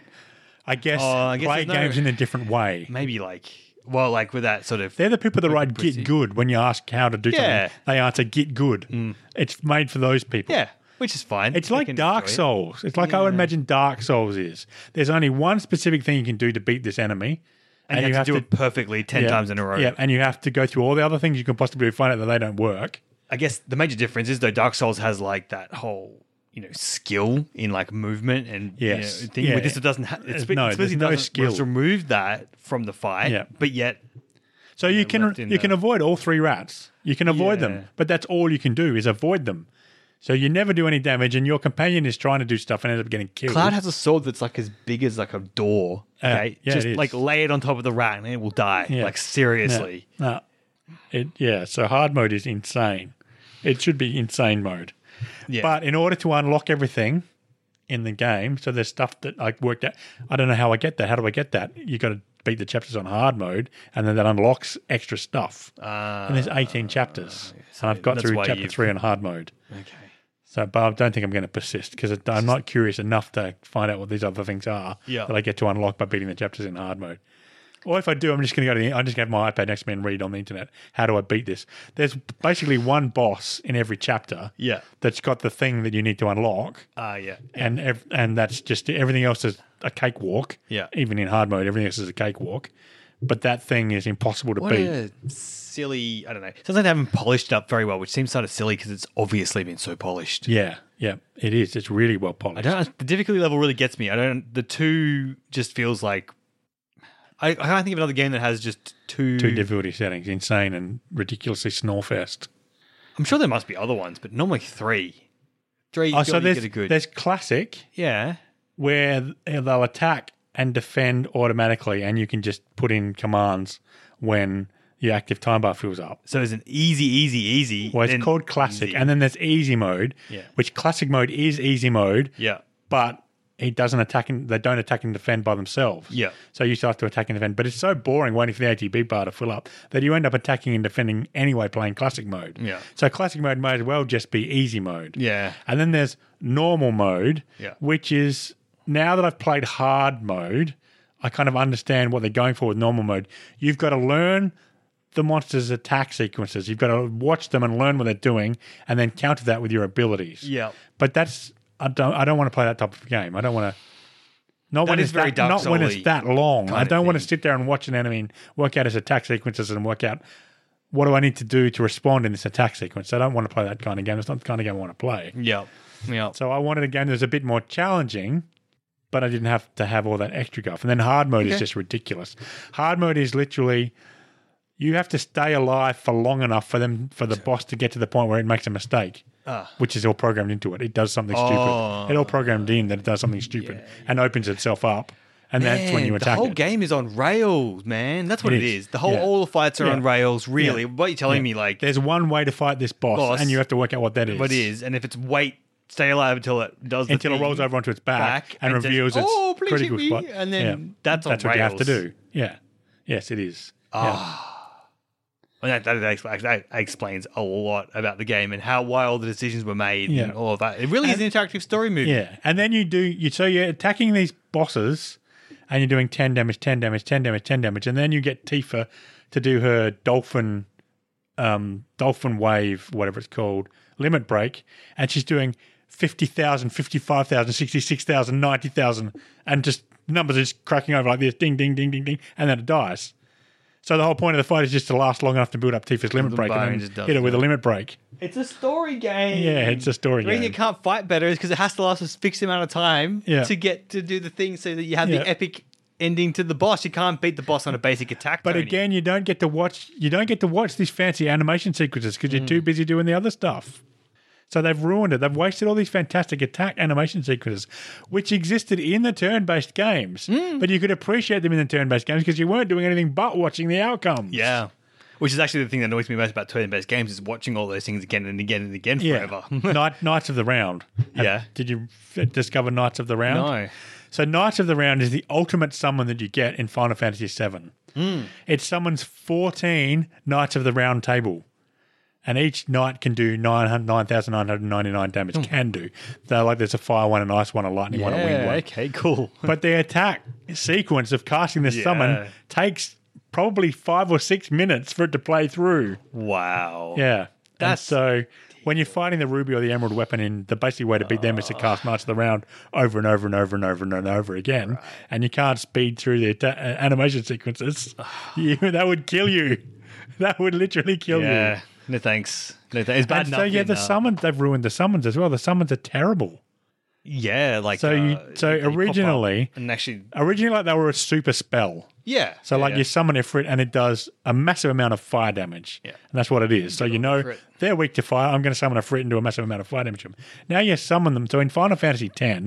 Speaker 1: I guess
Speaker 2: Oh, I guess
Speaker 1: play
Speaker 2: there's no-
Speaker 1: games in a different way.
Speaker 2: Maybe like well, like with that sort of
Speaker 1: They're the people that write "get good" when you ask how to do
Speaker 2: Yeah. Mm.
Speaker 1: something. They answer "get good." It's made for those people.
Speaker 2: yeah, which is fine.
Speaker 1: It's
Speaker 2: I
Speaker 1: like
Speaker 2: can
Speaker 1: Dark
Speaker 2: enjoy it.
Speaker 1: Souls. It's like I would imagine Dark Souls is. There's only one specific thing you can do to beat this enemy,
Speaker 2: and, you, have, to do it perfectly ten
Speaker 1: yeah,
Speaker 2: times in a row.
Speaker 1: Yeah, and you have to go through all the other things you can possibly do to find out that they don't work.
Speaker 2: I guess the major difference is though Dark Souls has like that whole you know skill in like movement and
Speaker 1: Yes.
Speaker 2: you know, thing.
Speaker 1: Yeah.
Speaker 2: With this, it doesn't. Ha- it's
Speaker 1: No,
Speaker 2: it's
Speaker 1: there's
Speaker 2: basically
Speaker 1: no
Speaker 2: doesn't-
Speaker 1: skill.
Speaker 2: It's removed that from the fight,
Speaker 1: Yeah.
Speaker 2: but yet
Speaker 1: So you can
Speaker 2: left
Speaker 1: you
Speaker 2: in
Speaker 1: can avoid all three rats. You can avoid
Speaker 2: Yeah.
Speaker 1: them, but that's all you can do is avoid them. So you never do any damage, and your companion is trying to do stuff and ends up getting killed.
Speaker 2: Cloud has a sword that's like as big as like a door.
Speaker 1: Yeah,
Speaker 2: Okay,
Speaker 1: yeah,
Speaker 2: just
Speaker 1: it is.
Speaker 2: like lay it on top of the rat and it will die.
Speaker 1: Yeah.
Speaker 2: Like seriously,
Speaker 1: No, no. It, yeah, so hard mode is insane. It should be insane mode.
Speaker 2: Yeah.
Speaker 1: But in order to unlock everything in the game, so there's stuff that I worked out. I don't know how I get that. How do I get that? You got to beat the chapters on hard mode, and then that unlocks extra stuff.
Speaker 2: Uh,
Speaker 1: and there's 18 chapters, and I've got
Speaker 2: Ah, that's
Speaker 1: through
Speaker 2: why
Speaker 1: chapter
Speaker 2: you've-
Speaker 1: three on hard mode.
Speaker 2: okay.
Speaker 1: So, but I don't think I'm going to persist because I'm not curious enough to find out what these other things are
Speaker 2: Yeah.
Speaker 1: that I get to unlock by beating the chapters in hard mode. Or if I do, I'm just going to go to the. I'm just going to have my iPad next to me and read on the internet. How do I beat this? There's basically one boss in every chapter.
Speaker 2: Yeah.
Speaker 1: That's got the thing that you need to unlock,
Speaker 2: Ah, yeah.
Speaker 1: and ev- and that's just everything else is a cakewalk.
Speaker 2: Yeah.
Speaker 1: Even in hard mode, everything else is a cakewalk. But that thing is impossible to
Speaker 2: What
Speaker 1: beat.
Speaker 2: a silly. I don't know. Sounds like they haven't polished it up very well, which seems sort of silly because it's obviously been so polished.
Speaker 1: yeah, yeah, it is. It's really well
Speaker 2: I
Speaker 1: polished.
Speaker 2: don't. The difficulty level really gets me. I don't. The two just feels like. I, I can't think of another game that has just two.
Speaker 1: Two difficulty settings, insane and ridiculously snorefest.
Speaker 2: I'm sure there must be other ones, but normally three. Three.
Speaker 1: Oh,
Speaker 2: you
Speaker 1: so
Speaker 2: gotta
Speaker 1: there's,
Speaker 2: get a good.
Speaker 1: there's classic
Speaker 2: yeah.
Speaker 1: where th- they'll attack and defend automatically, and you can just put in commands when your active time bar fills up.
Speaker 2: So it's an easy, easy, easy.
Speaker 1: Well, it's
Speaker 2: then
Speaker 1: called classic,
Speaker 2: easy.
Speaker 1: and then there's easy mode,
Speaker 2: Yeah.
Speaker 1: which classic mode is easy mode,
Speaker 2: yeah,
Speaker 1: but it doesn't attack and they don't attack and defend by themselves.
Speaker 2: Yeah.
Speaker 1: So you still have to attack and defend, but it's so boring waiting for the ATB bar to fill up that you end up attacking and defending anyway playing classic mode.
Speaker 2: Yeah.
Speaker 1: So classic mode may as well just be easy mode.
Speaker 2: yeah,
Speaker 1: And then there's normal mode,
Speaker 2: Yeah.
Speaker 1: which is now that I've played hard mode, I kind of understand what they're going for with normal mode. You've got to learn the monsters' attack sequences. You've got to watch them and learn what they're doing, and then counter that with your abilities.
Speaker 2: Yeah.
Speaker 1: But that's I don't I don't want to play that type of game. I don't want to. Not when
Speaker 2: is
Speaker 1: it's
Speaker 2: very
Speaker 1: that, not when it's
Speaker 2: Dark
Speaker 1: that long. I
Speaker 2: kind of
Speaker 1: don't want to
Speaker 2: thing.
Speaker 1: sit there and watch an enemy and work out his attack sequences and work out what do I need to do to respond in this attack sequence. I don't want to play that kind of game. It's not the kind of game I want to play.
Speaker 2: yeah, yeah.
Speaker 1: So I wanted a game that was a bit more challenging, but I didn't have to have all that extra guff. And then hard mode is
Speaker 2: Okay.
Speaker 1: just ridiculous. Hard mode is literally you have to stay alive for long enough for them for the boss to get to the point where it makes a mistake.
Speaker 2: Ah.
Speaker 1: Which is all programmed into it. It does something
Speaker 2: Oh.
Speaker 1: stupid. It all programmed in that it does something stupid and opens itself up. And that's when
Speaker 2: Man,
Speaker 1: you
Speaker 2: The
Speaker 1: attack
Speaker 2: whole
Speaker 1: it.
Speaker 2: game is on rails, man. That's what
Speaker 1: It
Speaker 2: it
Speaker 1: is.
Speaker 2: is. The whole
Speaker 1: Yeah.
Speaker 2: all the fights are
Speaker 1: Yeah.
Speaker 2: on rails. Really,
Speaker 1: Yeah.
Speaker 2: what you're telling me, like
Speaker 1: There's one way to fight this boss,
Speaker 2: Boss.
Speaker 1: and you have to work out what that is.
Speaker 2: what is, and if it's wait, stay alive until it does the
Speaker 1: until it
Speaker 2: thing.
Speaker 1: rolls over onto its back,
Speaker 2: Back
Speaker 1: and,
Speaker 2: and says,
Speaker 1: reveals its
Speaker 2: "Oh, please hit
Speaker 1: critical
Speaker 2: me,"
Speaker 1: spot.
Speaker 2: and then
Speaker 1: Yeah.
Speaker 2: that's on
Speaker 1: that's what you have to
Speaker 2: rails.
Speaker 1: do. Yeah. Yes, it is.
Speaker 2: Ah. Well, that, that, expla- that explains a lot about the game and how why all the decisions were made
Speaker 1: Yeah.
Speaker 2: and all of that. It really is an interactive story movie.
Speaker 1: Yeah. yeah. And then you do you so you're attacking these bosses, and you're doing ten damage, ten damage, ten damage, ten damage, and then you get Tifa to do her dolphin, um, dolphin wave, whatever it's called, limit break, and she's doing. 50,000, 55,000, 66,000, 90,000, and just numbers are just cracking over like this ding, ding, ding, ding, ding, and then it dies. So the whole point of the fight is just to last long enough to build up Tifa's limit break
Speaker 2: Byron
Speaker 1: and
Speaker 2: just
Speaker 1: then
Speaker 2: does
Speaker 1: hit it with a limit break.
Speaker 2: It's a story game.
Speaker 1: Yeah, it's a story
Speaker 2: The reason
Speaker 1: game.
Speaker 2: you can't fight better is because it has to last a fixed amount of time
Speaker 1: Yeah.
Speaker 2: to get to do the thing so that you have
Speaker 1: Yeah.
Speaker 2: the epic ending to the boss. You can't beat the boss on a basic attack.
Speaker 1: But
Speaker 2: Tony.
Speaker 1: again, you don't
Speaker 2: Mm.
Speaker 1: get to watch. You don't get to watch these fancy animation sequences because you're too busy doing the other stuff. So they've ruined it. They've wasted all these fantastic attack animation sequences, which existed in the turn based games,
Speaker 2: Mm.
Speaker 1: but you could appreciate them in the turn based games because you weren't doing anything but watching the outcomes.
Speaker 2: Yeah. Which is actually the thing that annoys me most about turn-based games is watching all those things again and again and again
Speaker 1: Yeah.
Speaker 2: forever.
Speaker 1: Knight, Knights of the Round. Have-
Speaker 2: Yeah.
Speaker 1: Did you f- discover Knights of the Round?
Speaker 2: No.
Speaker 1: So Knights of the Round is the ultimate summon that you get in Final Fantasy VII.
Speaker 2: Hmm.
Speaker 1: It summons 14 Knights of the Round Table. And each knight can do 900 9,999 damage.
Speaker 2: Hmm.
Speaker 1: Can do. They're like there's a fire one, an ice one, a lightning one, a wind
Speaker 2: Yeah,
Speaker 1: one.
Speaker 2: okay, cool.
Speaker 1: But the attack sequence of casting this summon
Speaker 2: Yeah.
Speaker 1: takes probably five or six minutes for it to play through.
Speaker 2: Wow.
Speaker 1: Yeah.
Speaker 2: That's-
Speaker 1: That's so when you're fighting the ruby or the emerald weapon in the basic way to beat them is to cast Knights of the Round over and over and over and over and over, again, and you can't speed through the atta- uh, animation sequences. you, that would kill you. That would literally kill you.
Speaker 2: Yeah. No thanks. No thanks. It's bad
Speaker 1: And
Speaker 2: enough.
Speaker 1: so yeah,
Speaker 2: in,
Speaker 1: the
Speaker 2: uh,
Speaker 1: summons they've ruined the summons as well. The summons are terrible.
Speaker 2: Yeah, like
Speaker 1: So you-
Speaker 2: uh,
Speaker 1: so
Speaker 2: they pop up
Speaker 1: originally-
Speaker 2: and actually,
Speaker 1: Originally, like they were a super spell.
Speaker 2: yeah.
Speaker 1: So
Speaker 2: yeah,
Speaker 1: like
Speaker 2: yeah.
Speaker 1: you summon Ifrit and it does a massive amount of fire damage.
Speaker 2: Yeah.
Speaker 1: And that's what it is. So you know
Speaker 2: Ifrit.
Speaker 1: they're weak to fire. I'm going to summon Ifrit and do a massive amount of fire damage to them. Now you summon them. So in Final Fantasy X,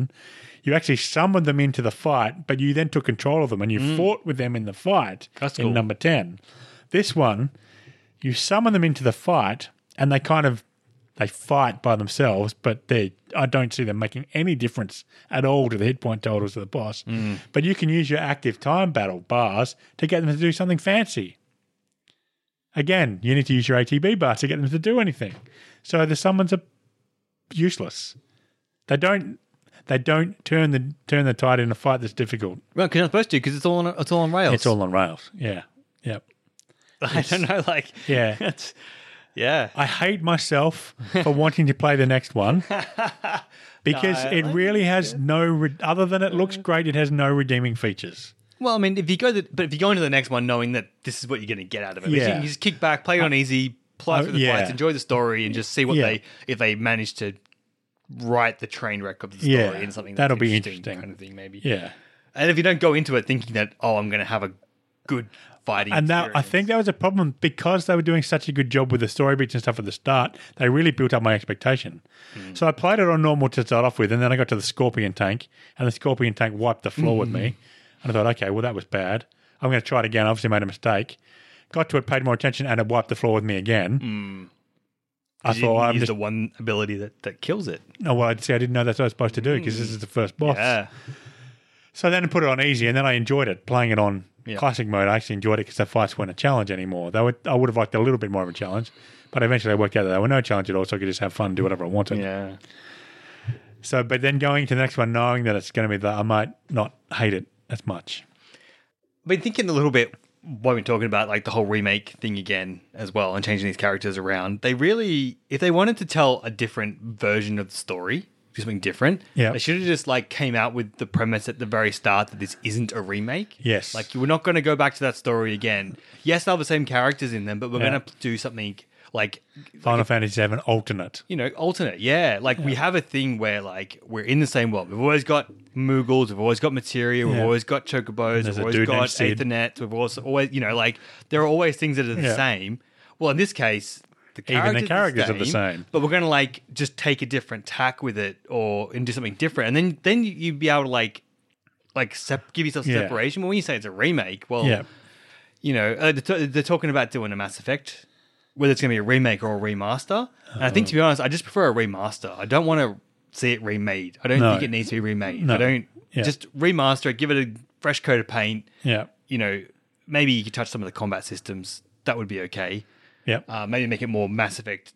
Speaker 1: you actually summoned them into the fight, but you then took control of them and you
Speaker 2: Mm.
Speaker 1: fought with them in the fight
Speaker 2: That's
Speaker 1: in
Speaker 2: cool.
Speaker 1: number 10. This one, you summon them into the fight and they kind of they fight by themselves, but they I don't see them making any difference at all to the hit point totals of the boss. But you can use your active time battle bars to get them to do something fancy. Again, you need to use your ATB bars to get them to do anything. So the summons are useless. They don't they don't turn the turn the tide in a fight that's difficult.
Speaker 2: well, because I'm supposed to, because it's all on it's all on rails.
Speaker 1: It's all on rails. Yeah. Yep.
Speaker 2: I don't know, like
Speaker 1: Yeah.
Speaker 2: it's, yeah.
Speaker 1: I hate myself for wanting to play the next one because
Speaker 2: No, I
Speaker 1: it
Speaker 2: like
Speaker 1: really has no, re- other than it looks great, it has no redeeming features.
Speaker 2: Well, I mean, if you go, the, but if you go into the next one knowing that this is what you're going to get out of it,
Speaker 1: Yeah.
Speaker 2: you just kick back, play it on easy, play
Speaker 1: Oh,
Speaker 2: through the
Speaker 1: yeah.
Speaker 2: fights, enjoy the story, and just see what
Speaker 1: Yeah.
Speaker 2: they if they manage to write the train wreck of the story
Speaker 1: Yeah,
Speaker 2: in something
Speaker 1: that'll
Speaker 2: that's
Speaker 1: be
Speaker 2: interesting,
Speaker 1: interesting.
Speaker 2: kind of thing, maybe.
Speaker 1: Yeah.
Speaker 2: And if you don't go into it thinking that oh, I'm going to have a good fighting,
Speaker 1: And that, I
Speaker 2: experience.
Speaker 1: think that was a problem because they were doing such a good job with the story beats and stuff at the start. They really built up my expectation.
Speaker 2: Hmm.
Speaker 1: So I played it on normal to start off with, and then I got to the Scorpion tank, and the Scorpion tank wiped the floor with me.
Speaker 2: Hmm.
Speaker 1: And I thought, okay, well, that was bad. I'm going to try it again. Obviously, made a mistake. Got to it, paid more attention, and it wiped the floor with me again. I
Speaker 2: Hmm. You
Speaker 1: thought,
Speaker 2: didn't
Speaker 1: I'm
Speaker 2: use
Speaker 1: just
Speaker 2: the one ability that that kills it.
Speaker 1: Oh, well, I'd say I didn't know that's what I was supposed to do because this is the first boss.
Speaker 2: Yeah.
Speaker 1: So then I put it on easy, and then I enjoyed it playing it on
Speaker 2: Yeah.
Speaker 1: classic mode. I actually enjoyed it because the fights weren't a challenge anymore. They were, I would have liked a little bit more of a challenge, but eventually I worked out that there were no challenge at all, so I could just have fun, do whatever I wanted.
Speaker 2: Yeah.
Speaker 1: So, but then going to the next one, knowing that it's going to be that, I might not hate it as much.
Speaker 2: been thinking a little bit while we're talking about like the whole remake thing again as well and changing these characters around they really if they wanted to tell a different version of the story do something different
Speaker 1: Yeah.
Speaker 2: they should have just like came out with the premise at the very start that this isn't a remake
Speaker 1: Yes.
Speaker 2: like we're not going to go back to that story again yes they'll have the same characters in them but we're
Speaker 1: Yeah.
Speaker 2: going to do something like
Speaker 1: Final Fantasy VII alternate.
Speaker 2: you know, alternate. Yeah. Like we have a thing where like we're in the same world. We've always got Moogles, we've always got Materia, we've
Speaker 1: Yeah.
Speaker 2: always got Chocobos,
Speaker 1: There's
Speaker 2: we've
Speaker 1: a
Speaker 2: always
Speaker 1: dude
Speaker 2: got
Speaker 1: named Sid.
Speaker 2: Ethernet, we've also always you know, like there are always things that are the
Speaker 1: Yeah.
Speaker 2: same. Well in this case the
Speaker 1: Even the
Speaker 2: characters,
Speaker 1: characters are the same.
Speaker 2: But we're gonna like just take a different tack with it or and do something different. And then then you'd be able to like like sep- give yourself
Speaker 1: Yeah.
Speaker 2: separation. But when you say it's a remake, well
Speaker 1: Yeah.
Speaker 2: you know, uh, they're, t- they're talking about doing a Mass Effect, whether it's going to be a remake or a remaster. And I think, to be honest, I just prefer a remaster. I don't want to see it remade. I don't
Speaker 1: No.
Speaker 2: think it needs to be remade.
Speaker 1: No.
Speaker 2: I don't
Speaker 1: Yeah.
Speaker 2: just remaster it, give it a fresh coat of paint.
Speaker 1: Yeah.
Speaker 2: You know, maybe you could touch some of the combat systems. That would be okay.
Speaker 1: Yeah.
Speaker 2: Uh, maybe make it more Mass Effect.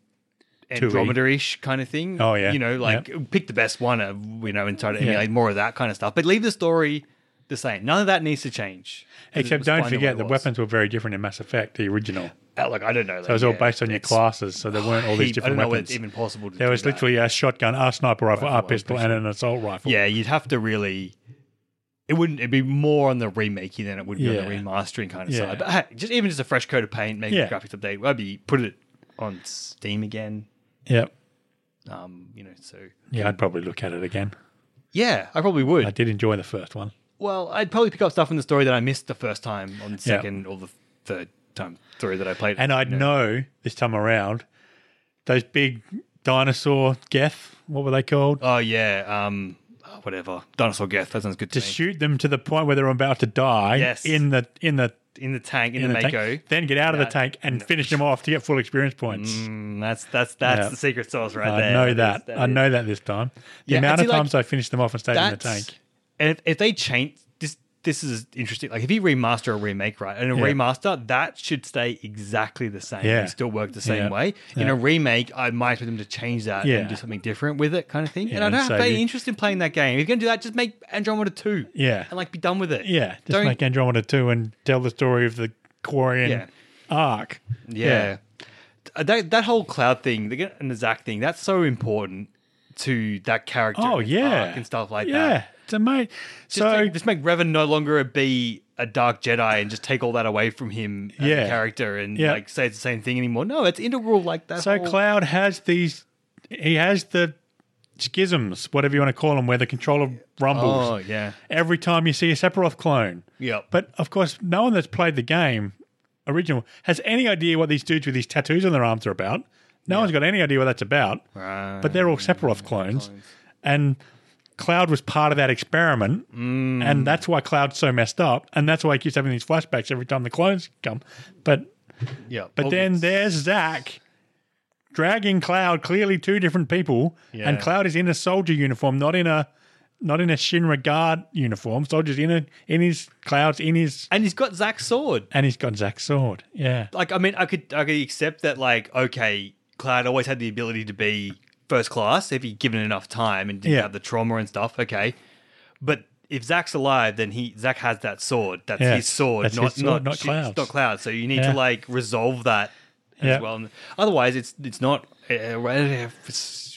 Speaker 1: 2E.
Speaker 2: Andromeda ish kind of thing.
Speaker 1: Oh, yeah.
Speaker 2: You know, like pick the best one, uh, you know, and try to emulate more of that kind of stuff. But leave the story the same. None of that needs to change. 'Cause it
Speaker 1: Except
Speaker 2: was
Speaker 1: don't
Speaker 2: fine way
Speaker 1: forget
Speaker 2: it
Speaker 1: the
Speaker 2: was.
Speaker 1: weapons were very different in Mass Effect, the original.
Speaker 2: Uh, Like I don't know.
Speaker 1: So it was all based on your classes, so there weren't all these different
Speaker 2: I don't know
Speaker 1: weapons.
Speaker 2: whether it's even possible. To
Speaker 1: There
Speaker 2: do
Speaker 1: was
Speaker 2: that.
Speaker 1: literally a shotgun, a sniper rifle, a
Speaker 2: Rifle, a
Speaker 1: pistol, and an assault rifle.
Speaker 2: Yeah, you'd have to really. It wouldn't. It'd be more on the remaking than it would be on the
Speaker 1: Yeah.
Speaker 2: remastering kind of
Speaker 1: Yeah.
Speaker 2: side. But hey, just even just a fresh coat of paint, maybe
Speaker 1: Yeah.
Speaker 2: graphics update. Well, I'd be put it on Steam again.
Speaker 1: Yep.
Speaker 2: Um, you know, so
Speaker 1: Yeah, I'd probably look at it again.
Speaker 2: yeah, I probably would.
Speaker 1: I did enjoy the first one.
Speaker 2: well, I'd probably pick up stuff in the story that I missed the first time on the second or the third time through that I played. it,
Speaker 1: And I'd
Speaker 2: you know.
Speaker 1: know this time around those big dinosaur geth. What were they called?
Speaker 2: Oh yeah, um, whatever. Dinosaur Geth. That sounds good to,
Speaker 1: to
Speaker 2: me.
Speaker 1: shoot them to the point where they're about to die.
Speaker 2: Yes.
Speaker 1: In the in the
Speaker 2: in the tank, in,
Speaker 1: in
Speaker 2: the,
Speaker 1: the
Speaker 2: Mako.
Speaker 1: tank, then get out of the tank and finish them off to get full experience points.
Speaker 2: Mm, that's that's that's
Speaker 1: Yeah.
Speaker 2: the secret sauce right
Speaker 1: I
Speaker 2: there.
Speaker 1: know
Speaker 2: is-
Speaker 1: that. I
Speaker 2: is-
Speaker 1: know that this time. The
Speaker 2: Yeah,
Speaker 1: amount
Speaker 2: and
Speaker 1: of
Speaker 2: see, like,
Speaker 1: times I finished them off and stayed in the
Speaker 2: That's-
Speaker 1: tank.
Speaker 2: And if, if they change this, this is interesting. Like if you remaster or remake, right? And a
Speaker 1: Yeah.
Speaker 2: remaster, that should stay exactly the same.
Speaker 1: Yeah.
Speaker 2: It still work the same
Speaker 1: Yeah.
Speaker 2: way. In a remake, I might expect them to change that
Speaker 1: Yeah.
Speaker 2: and do something different with it, kind of thing. and I
Speaker 1: and
Speaker 2: don't have
Speaker 1: so
Speaker 2: any
Speaker 1: you-
Speaker 2: interest in playing that game. If you're gonna do that, just make Andromeda two.
Speaker 1: Yeah.
Speaker 2: And like be done with it.
Speaker 1: Yeah, just
Speaker 2: Don't-
Speaker 1: make Andromeda 2 and tell the story of the Quarian
Speaker 2: Yeah.
Speaker 1: arc.
Speaker 2: Yeah. Uh, That that whole cloud thing the- and the Zack thing, that's so important to that character.
Speaker 1: Oh,
Speaker 2: and
Speaker 1: yeah.
Speaker 2: arc and stuff like
Speaker 1: yeah.
Speaker 2: that.
Speaker 1: It's amazing.
Speaker 2: Just,
Speaker 1: So,
Speaker 2: take- just make Revan no longer a be a dark Jedi and just take all that away from him as a
Speaker 1: Yeah.
Speaker 2: character and
Speaker 1: Yeah.
Speaker 2: like say it's the same thing anymore. No, it's integral like that.
Speaker 1: so
Speaker 2: whole-
Speaker 1: Cloud has these, he has the schisms, whatever you want to call them, where the controller rumbles
Speaker 2: Oh yeah.
Speaker 1: every time you see a Sephiroth clone.
Speaker 2: Yep.
Speaker 1: But of course, no one that's played the game original has any idea what these dudes with these tattoos on their arms are about. No one's got any idea what that's about.
Speaker 2: Right.
Speaker 1: But they're all Sephiroth clones. And Cloud was part of that experiment. And that's why Cloud's so messed up. And that's why he keeps having these flashbacks every time the clones come. But
Speaker 2: yeah.
Speaker 1: but then there's Zack dragging Cloud, clearly two different people,
Speaker 2: Yeah.
Speaker 1: and Cloud is in a soldier uniform, not in a not in a Shinra guard uniform. Soldier's in a in his Cloud's in his
Speaker 2: and he's got Zack's sword.
Speaker 1: and he's got Zack's sword. Yeah.
Speaker 2: like I mean, I could I could accept that. Like, okay, Cloud always had the ability to be first class if he'd given it enough time and didn't
Speaker 1: Yeah.
Speaker 2: have the trauma and stuff. Okay, but if Zach's alive, then he Zach has that sword. That's
Speaker 1: Yeah,
Speaker 2: his sword,
Speaker 1: that's
Speaker 2: not
Speaker 1: his sword,
Speaker 2: not
Speaker 1: not
Speaker 2: it's
Speaker 1: Cloud's.
Speaker 2: Not Cloud. So you need
Speaker 1: Yeah.
Speaker 2: to like resolve that as
Speaker 1: Yeah.
Speaker 2: well. Otherwise, it's it's not. Uh, right- it's-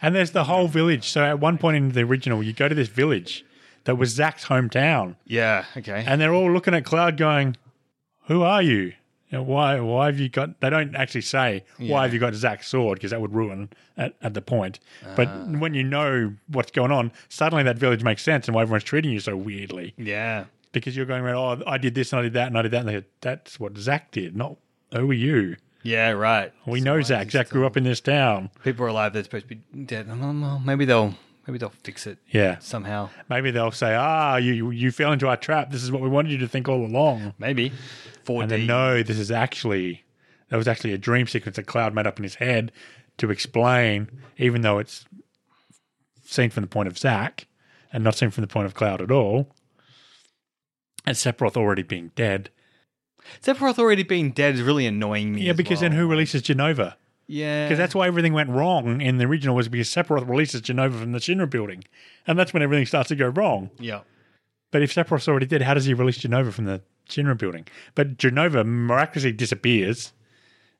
Speaker 1: And there's the whole village. So at one point in the original, you go to this village that was Zack's hometown.
Speaker 2: yeah. Okay.
Speaker 1: and they're all looking at Cloud, going, "Who are you? And why? Why have you got?" They don't actually say why have you got Zack's sword because that would ruin at, at the point. But when you know what's going on, suddenly that village makes sense and why everyone's treating you so weirdly
Speaker 2: yeah.
Speaker 1: because you're going around. Oh, I did this and I did that and I did that. And they go, that's what Zack did. Not who are you?
Speaker 2: Yeah. Right.
Speaker 1: We know Zack. Zack grew up in this town.
Speaker 2: People are alive. They're supposed to be dead. Well, Maybe they'll maybe they'll fix it
Speaker 1: Yeah.
Speaker 2: somehow.
Speaker 1: Maybe they'll say, "Ah, you you fell into our trap. This is what we wanted you to think all along."
Speaker 2: Maybe. 4D.
Speaker 1: And then no, this is actually that was actually a dream sequence that Cloud made up in his head to explain, even though it's seen from the point of Zack and not seen from the point of Cloud at all. And Sephiroth already being dead.
Speaker 2: Sephiroth already being dead is really annoying me.
Speaker 1: Yeah, because then who releases Genova?
Speaker 2: Yeah,
Speaker 1: Because that's why everything went wrong in the original was because Sephiroth releases Genova from the Shinra building. And that's when everything starts to go wrong.
Speaker 2: yeah,
Speaker 1: But if Sephiroth's already dead, how does he release Genova from the Shinra building? But Genova miraculously disappears,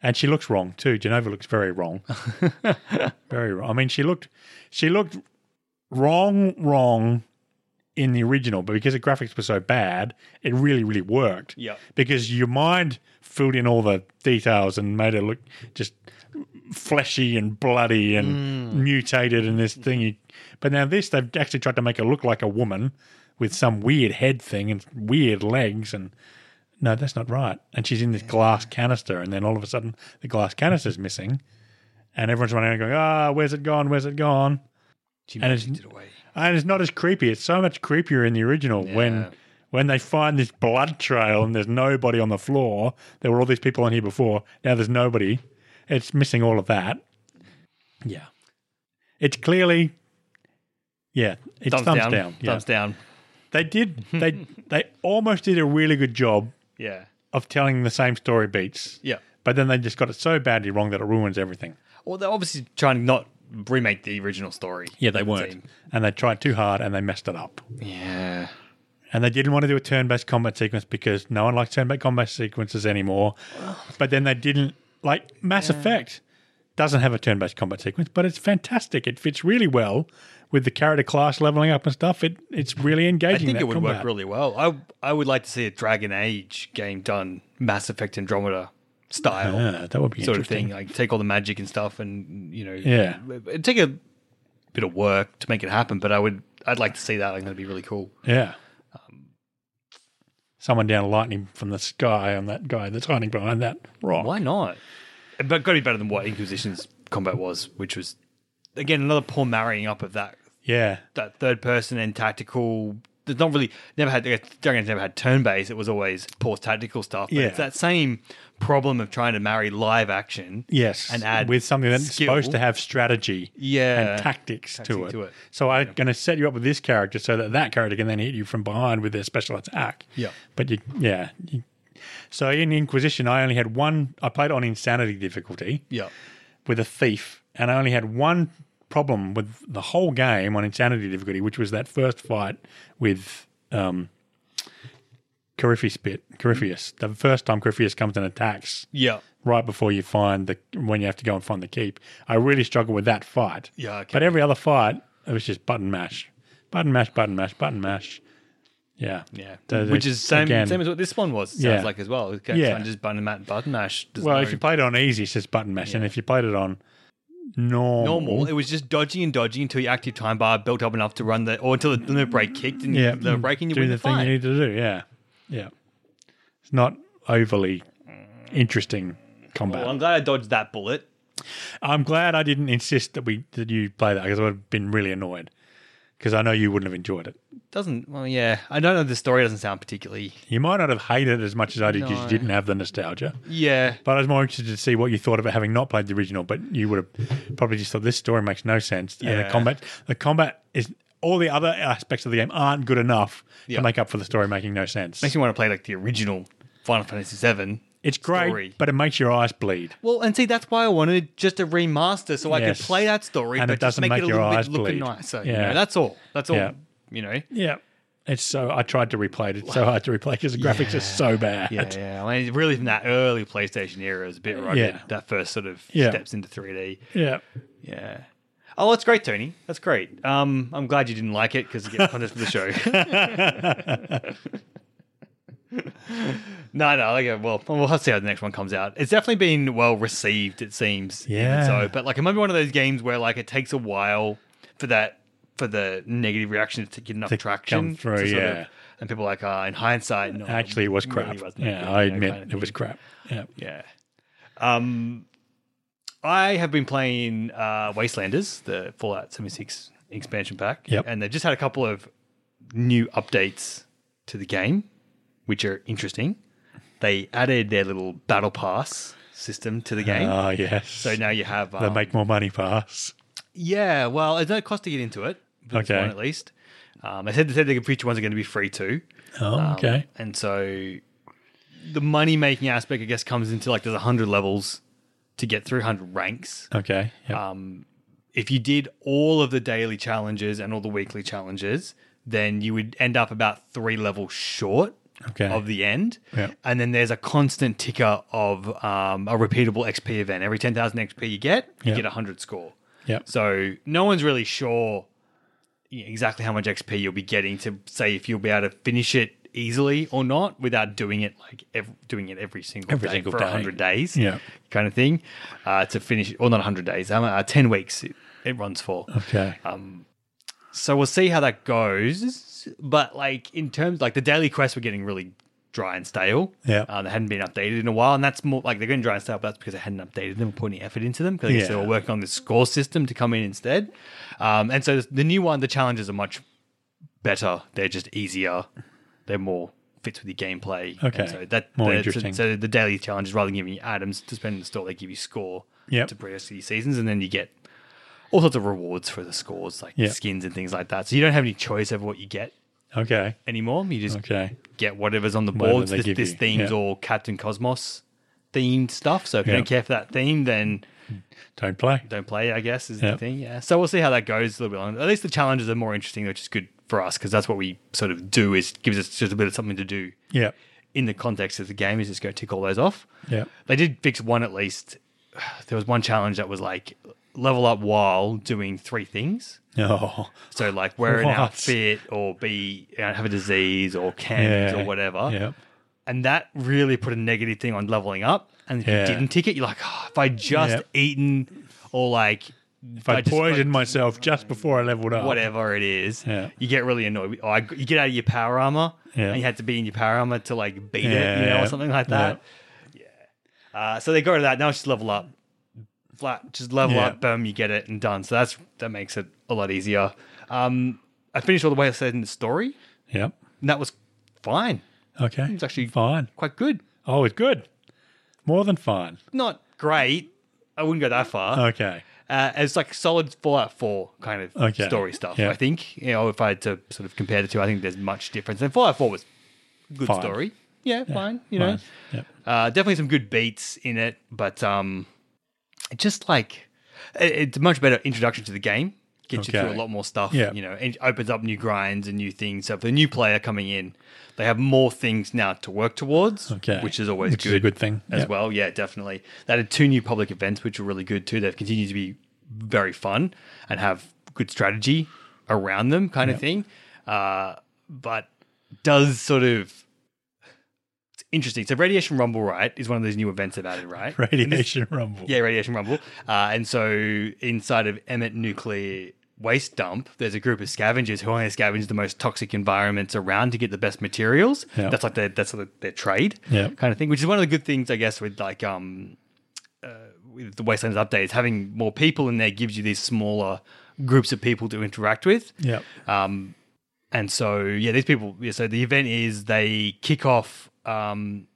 Speaker 1: and she looks wrong too. Genova looks very wrong, very wrong. I mean, she looked she looked wrong, wrong in the original, but because the graphics were so bad, it really, really worked.
Speaker 2: Yeah.
Speaker 1: because your mind filled in all the details and made it look just fleshy and bloody and mutated and this thing. You, but now this, they've actually tried to make it look like a woman with some weird head thing and weird legs and. No, that's not right. And she's in this glass canister, and then all of a sudden the glass canister's missing, and everyone's running around going, "Ah, where's it gone? Where's it gone?"
Speaker 2: she
Speaker 1: And it's-
Speaker 2: magicked it away.
Speaker 1: And it's not as creepy. It's so much creepier in the original when when they find this blood trail and there's nobody on the floor. There were all these people on here before. Now there's nobody. It's missing all of that. Yeah. It's clearly Yeah, it's thumbs, down. Yeah.
Speaker 2: thumbs down.
Speaker 1: They did they they almost did a really good job
Speaker 2: Yeah,
Speaker 1: of telling the same story beats.
Speaker 2: yeah.
Speaker 1: But then they just got it so badly wrong that it ruins everything.
Speaker 2: Well, they're obviously trying to not remake the original story. Team.
Speaker 1: And they tried too hard and they messed it up.
Speaker 2: Yeah,
Speaker 1: And they didn't want to do a turn based combat sequence because no one likes turn based combat sequences anymore. But then they didn't like Mass Effect doesn't have a turn based combat sequence, but it's fantastic. It fits really well with the character class leveling up and stuff. It it's really
Speaker 2: I
Speaker 1: engaging.
Speaker 2: think
Speaker 1: that
Speaker 2: it would
Speaker 1: combat.
Speaker 2: work really well. I I would like to see a Dragon Age game done Mass Effect Andromeda style.
Speaker 1: Yeah, that would be
Speaker 2: sort of
Speaker 1: interesting.
Speaker 2: thing. Like take all the magic and stuff, and you know,
Speaker 1: Yeah.
Speaker 2: it'd take a bit of work to make it happen. But I would, I'd like to see that. I think that'd be really cool.
Speaker 1: Yeah.
Speaker 2: Um,
Speaker 1: Someone down lightning from the sky on that guy that's hiding behind that rock.
Speaker 2: Why not? But got to be better than what Inquisition's combat was, which was again another poor marrying up of that
Speaker 1: Yeah.
Speaker 2: that third person and tactical. There's not really never had Dragon's never had turn based. It was always poor tactical stuff. But
Speaker 1: Yeah.
Speaker 2: it's that same problem of trying to marry live action.
Speaker 1: Yes.
Speaker 2: and add
Speaker 1: with something that's
Speaker 2: skill.
Speaker 1: supposed to have strategy
Speaker 2: Yeah.
Speaker 1: and tactics to
Speaker 2: Tactic
Speaker 1: it.
Speaker 2: to it.
Speaker 1: So I'm going to set you up with this character so that that character can then hit you from behind with their special attack.
Speaker 2: Yeah.
Speaker 1: But you, yeah. you- so in Inquisition, I only had one. I played on insanity difficulty
Speaker 2: Yeah.
Speaker 1: with a thief, and I only had one problem with the whole game on insanity difficulty, which was that first fight with um, Corypheus Bit, Corypheus. The first time Corypheus comes and attacks
Speaker 2: Yeah.
Speaker 1: right before you find the when you have to go and find the keep. I really struggled with that fight.
Speaker 2: Yeah, okay.
Speaker 1: But every other fight, it was just button mash, button mash, button mash, button mash. Yeah.
Speaker 2: Yeah.
Speaker 1: So
Speaker 2: Which
Speaker 1: it's-
Speaker 2: is same
Speaker 1: again-
Speaker 2: same as what this one was, it sounds
Speaker 1: Yeah.
Speaker 2: like as well. Okay,
Speaker 1: Yeah.
Speaker 2: trying to just button mat button mash. There's
Speaker 1: Well,
Speaker 2: no
Speaker 1: if you played it on easy, it's just button mash, and if you played it on normal,
Speaker 2: normal, it was just dodging and dodging until your active time bar built up enough to run the or until the limit break kicked and
Speaker 1: yeah,
Speaker 2: you, the break and you
Speaker 1: do
Speaker 2: win
Speaker 1: the,
Speaker 2: the,
Speaker 1: thing
Speaker 2: fight.
Speaker 1: you need to do. Yeah, yeah. It's not overly interesting combat.
Speaker 2: well, I'm glad I dodged that bullet.
Speaker 1: I'm glad I didn't insist that we that you play that because I would have been really annoyed because I know you wouldn't have enjoyed it.
Speaker 2: Doesn't well, yeah. I don't know. The story doesn't sound particularly.
Speaker 1: You might not have hated it as much as I did because
Speaker 2: No.
Speaker 1: you didn't have the nostalgia.
Speaker 2: Yeah,
Speaker 1: But I was more interested to see what you thought of it having not played the original. But you would have probably just thought this story makes no sense. And
Speaker 2: Yeah.
Speaker 1: the combat, the combat is all the other aspects of the game aren't good enough
Speaker 2: Yeah.
Speaker 1: to make up for the story making no sense.
Speaker 2: makes me want to play like the original Final Fantasy VII.
Speaker 1: It's great,
Speaker 2: story.
Speaker 1: but it makes your eyes bleed.
Speaker 2: Well, and see, that's why I wanted just a remaster so I could
Speaker 1: Yes.
Speaker 2: play that story,
Speaker 1: And
Speaker 2: but
Speaker 1: it
Speaker 2: just
Speaker 1: doesn't
Speaker 2: make,
Speaker 1: make
Speaker 2: it a
Speaker 1: your
Speaker 2: little bit
Speaker 1: eyes
Speaker 2: looking
Speaker 1: bleed.
Speaker 2: nicer. You
Speaker 1: Yeah.
Speaker 2: know, that's all. That's all.
Speaker 1: Yeah.
Speaker 2: You know.
Speaker 1: Yeah, it's so. I tried to replay it. It's so hard to replay because the graphics
Speaker 2: Yeah.
Speaker 1: are so bad.
Speaker 2: Yeah, yeah. I mean, really, from that early PlayStation era, it was a bit rugged.
Speaker 1: Yeah.
Speaker 2: That first sort of
Speaker 1: Yeah.
Speaker 2: steps into 3D.
Speaker 1: yeah.
Speaker 2: Yeah. Oh, that's great, Tony. That's great. Um, I'm glad you didn't like it because you get punished for the show. no, no. Okay, well, we'll have to see how the next one comes out. It's definitely been well received. It seems. even
Speaker 1: Yeah.
Speaker 2: So, but like, it might be one of those games where like it takes a while for that for the negative reaction to get enough
Speaker 1: To
Speaker 2: traction
Speaker 1: come through,
Speaker 2: to sort of-
Speaker 1: yeah.
Speaker 2: and people are like, uh, in hindsight, no,
Speaker 1: Actually, it was
Speaker 2: really
Speaker 1: crap.
Speaker 2: wasn't that
Speaker 1: yeah,
Speaker 2: good,
Speaker 1: I
Speaker 2: you know,
Speaker 1: admit
Speaker 2: kind of
Speaker 1: it was
Speaker 2: thing.
Speaker 1: crap. Yeah.
Speaker 2: Yeah. Um, I have been playing uh, Wastelanders, the Fallout 76 expansion pack.
Speaker 1: Yep.
Speaker 2: And they've just had a couple of new updates to the game, which are interesting. They added their little battle pass system to the game.
Speaker 1: Oh yes.
Speaker 2: so now you have.
Speaker 1: they
Speaker 2: Um,
Speaker 1: make more money for us.
Speaker 2: yeah, well, there's no cost to get into it. for this
Speaker 1: Okay.
Speaker 2: One at least. Um, they said, they said the future ones are going to be free too.
Speaker 1: Oh,
Speaker 2: Um,
Speaker 1: okay.
Speaker 2: And so the money making aspect, I guess, comes into like there's 100 levels to get through 100 ranks.
Speaker 1: Okay. Yep.
Speaker 2: If you did all of the daily challenges and all the weekly challenges, then you would end up about three levels short
Speaker 1: Okay.
Speaker 2: of the end.
Speaker 1: Yep.
Speaker 2: And then there's a constant ticker of um, a repeatable XP event. Every 10,000 XP you get, you
Speaker 1: Yep.
Speaker 2: get a 100 score.
Speaker 1: yep.
Speaker 2: So no one's really sure exactly how much XP you'll be getting to say if you'll be able to finish it easily or not without doing it like ev- doing it every single
Speaker 1: Every
Speaker 2: day
Speaker 1: single
Speaker 2: for
Speaker 1: day.
Speaker 2: 100 days
Speaker 1: Yeah.
Speaker 2: kind of thing uh, to finish or not 100 days um, uh, 10 weeks it, it runs for
Speaker 1: okay.
Speaker 2: Um, so we'll see how that goes but like in terms like the daily quests were getting really dry and stale
Speaker 1: Yeah.
Speaker 2: uh, they hadn't been updated in a while and that's more like they're getting dry and stale but that's because they hadn't updated them or put any effort into them because I guess they
Speaker 1: Yeah.
Speaker 2: were working on this score system to come in instead um, and so the new one the challenges are much better they're just easier they're more fits with your gameplay And
Speaker 1: Okay.
Speaker 2: so that
Speaker 1: More
Speaker 2: the- so-
Speaker 1: interesting.
Speaker 2: so the daily challenges rather than giving you items to spend in the store they give you score
Speaker 1: Yep.
Speaker 2: to progress these seasons and then you get all sorts of rewards for the scores, like
Speaker 1: Yeah.
Speaker 2: skins and things like that. So you don't have any choice over what you get
Speaker 1: okay.
Speaker 2: anymore. You just
Speaker 1: Okay.
Speaker 2: get whatever's on the
Speaker 1: Whatever
Speaker 2: boards.
Speaker 1: they
Speaker 2: This,
Speaker 1: give
Speaker 2: this
Speaker 1: you,
Speaker 2: theme's
Speaker 1: yeah.
Speaker 2: all Captain Cosmos themed stuff. So if you
Speaker 1: Yeah.
Speaker 2: don't care for that theme, then
Speaker 1: Don't play.
Speaker 2: don't play. I guess is
Speaker 1: Yeah.
Speaker 2: the thing. Yeah. So we'll see how that goes a little bit longer. At least the challenges are more interesting, which is good for us because that's what we sort of do. Is gives us just a bit of something to do
Speaker 1: Yep.
Speaker 2: in the context of the game. Is just go tick all those off.
Speaker 1: Yep.
Speaker 2: They did fix one at least. There was one challenge that was like level up while doing three things.
Speaker 1: Oh.
Speaker 2: So like wear an
Speaker 1: What?
Speaker 2: outfit or be you know, have a disease or cancers
Speaker 1: Yeah.
Speaker 2: or whatever.
Speaker 1: Yep.
Speaker 2: And that really put a negative thing on leveling up. And if
Speaker 1: Yeah.
Speaker 2: you didn't tick it, you're like, "Oh, if I just
Speaker 1: Yep.
Speaker 2: eaten or like
Speaker 1: If I,
Speaker 2: just-
Speaker 1: poisoned myself just before I leveled up.
Speaker 2: whatever it is,
Speaker 1: Yeah.
Speaker 2: you get really annoyed. Or I, you get out of your power armor
Speaker 1: Yeah.
Speaker 2: and you had to be in your power armor to like beat it, you
Speaker 1: Yeah.
Speaker 2: know, or something like that. Yeah. Uh, so they go to that. Now it's just level up flat, just level
Speaker 1: Yeah.
Speaker 2: up, boom, you get it and done. So that's that makes it a lot easier. Um, I finished all the way I said in the story,
Speaker 1: Yep.
Speaker 2: and that was fine.
Speaker 1: Okay.
Speaker 2: It's actually
Speaker 1: fine.
Speaker 2: quite good.
Speaker 1: Oh, it's good. More than fine.
Speaker 2: Not great. I wouldn't go that far.
Speaker 1: Okay.
Speaker 2: Uh, it's like solid Fallout 4 kind of
Speaker 1: Okay.
Speaker 2: story stuff,
Speaker 1: Yeah.
Speaker 2: I think. You know, if I had to sort of compare the two, I think there's much difference. And Fallout 4 was good
Speaker 1: Fine.
Speaker 2: story. Yeah, fine. You know,
Speaker 1: Fine. Yep.
Speaker 2: Uh, definitely some good beats in it, but um, it just like it- it's a much better introduction to the game. Gets you
Speaker 1: Okay.
Speaker 2: through a lot more stuff.
Speaker 1: Yeah.
Speaker 2: You know, and it opens up new grinds and new things. So for the new player coming in, they have more things now to work towards,
Speaker 1: Okay.
Speaker 2: which is always
Speaker 1: Which
Speaker 2: good
Speaker 1: is a good thing.
Speaker 2: as
Speaker 1: Yep.
Speaker 2: well. Yeah, definitely. They had two new public events, which were really good too. They've continued to be very fun and have good strategy around them, kind of thing. Uh, but does sort of it's interesting. So Radiation Rumble, right, is one of those new events they've added, right? And this-
Speaker 1: Radiation rumble.
Speaker 2: yeah, Radiation Rumble. Uh, and so inside of Emmett Nuclear Waste Dump, there's a group of scavengers who only scavenge the most toxic environments around to get the best materials.
Speaker 1: Yeah.
Speaker 2: That's like their that's like their trade
Speaker 1: Yeah.
Speaker 2: kind of thing, which is one of the good things, I guess, with like um, uh, with the Wastelands update is having more people in there gives you these smaller groups of people to interact with.
Speaker 1: Yep.
Speaker 2: Um, and so yeah, these people. Yeah, so the event is they kick off um,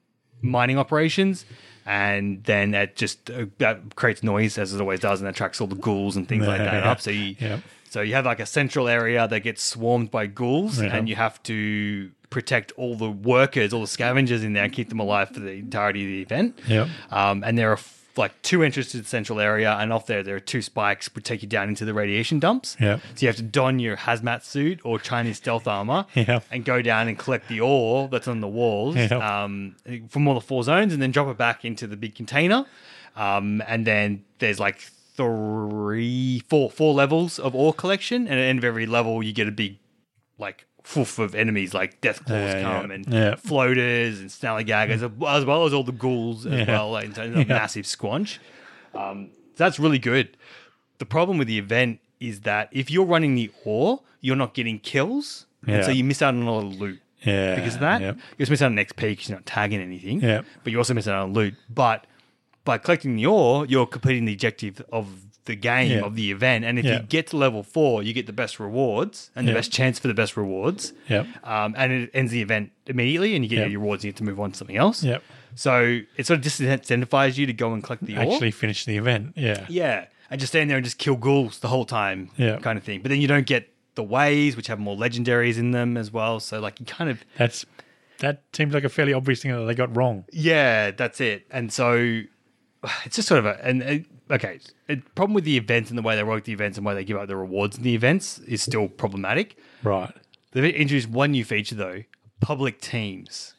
Speaker 2: mining operations, and then that just uh, that creates noise as it always does, and attracts all the ghouls and things like that up. So you,
Speaker 1: Yeah.
Speaker 2: so you have like a central area that gets swarmed by ghouls,
Speaker 1: Yeah.
Speaker 2: and you have to protect all the workers, all the scavengers in there, and keep them alive for the entirety of the event.
Speaker 1: Yep.
Speaker 2: Um, and there are f- like two entrances to the central area, and off there there are two spikes which take you down into the radiation dumps.
Speaker 1: Yep.
Speaker 2: So you have to don your hazmat suit or Chinese stealth armor,
Speaker 1: Yep.
Speaker 2: and go down and collect the ore that's on the walls
Speaker 1: Yep.
Speaker 2: um, from all the four zones, and then drop it back into the big container. Um, and then there's like three, four, four levels of ore collection, and at the end of every level you get a big like foof of enemies like death claws
Speaker 1: Yeah, yeah,
Speaker 2: come and
Speaker 1: yeah.
Speaker 2: floaters and snallygaggers as well as all the ghouls
Speaker 1: Yeah.
Speaker 2: as well like in terms of
Speaker 1: Yeah.
Speaker 2: massive squanch um, so that's really good the problem with the event is that if you're running the ore you're not getting kills and so
Speaker 1: Yeah.
Speaker 2: you miss out on a lot of loot
Speaker 1: Yeah.
Speaker 2: because of that
Speaker 1: Yep.
Speaker 2: you also miss out on XP because you're not tagging anything
Speaker 1: Yep.
Speaker 2: but you also miss out on loot but by collecting the ore you're completing the objective of the game
Speaker 1: Yeah.
Speaker 2: of the event and if
Speaker 1: Yeah.
Speaker 2: you get to level four you get the best rewards and the
Speaker 1: Yeah.
Speaker 2: best chance for the best rewards
Speaker 1: Yep.
Speaker 2: um, and it ends the event immediately, and you get
Speaker 1: Yep.
Speaker 2: your rewards. And you have to move on to something else.
Speaker 1: Yep.
Speaker 2: So it sort of disincentivises you to go and collect the ore.
Speaker 1: Actually finished the event. Yeah.
Speaker 2: yeah, and just stand there and just kill ghouls the whole time,
Speaker 1: Yeah.
Speaker 2: kind of thing. But then you don't get the ways, which have more legendaries in them as well. So like you kind of
Speaker 1: That's that seems like a fairly obvious thing that they got wrong.
Speaker 2: Yeah, that's it. And so it's just sort of a and and- okay. It, problem with the events and the way they work the events and why they give out the rewards in the events is still problematic.
Speaker 1: Right.
Speaker 2: They've introduced one new feature though: public teams,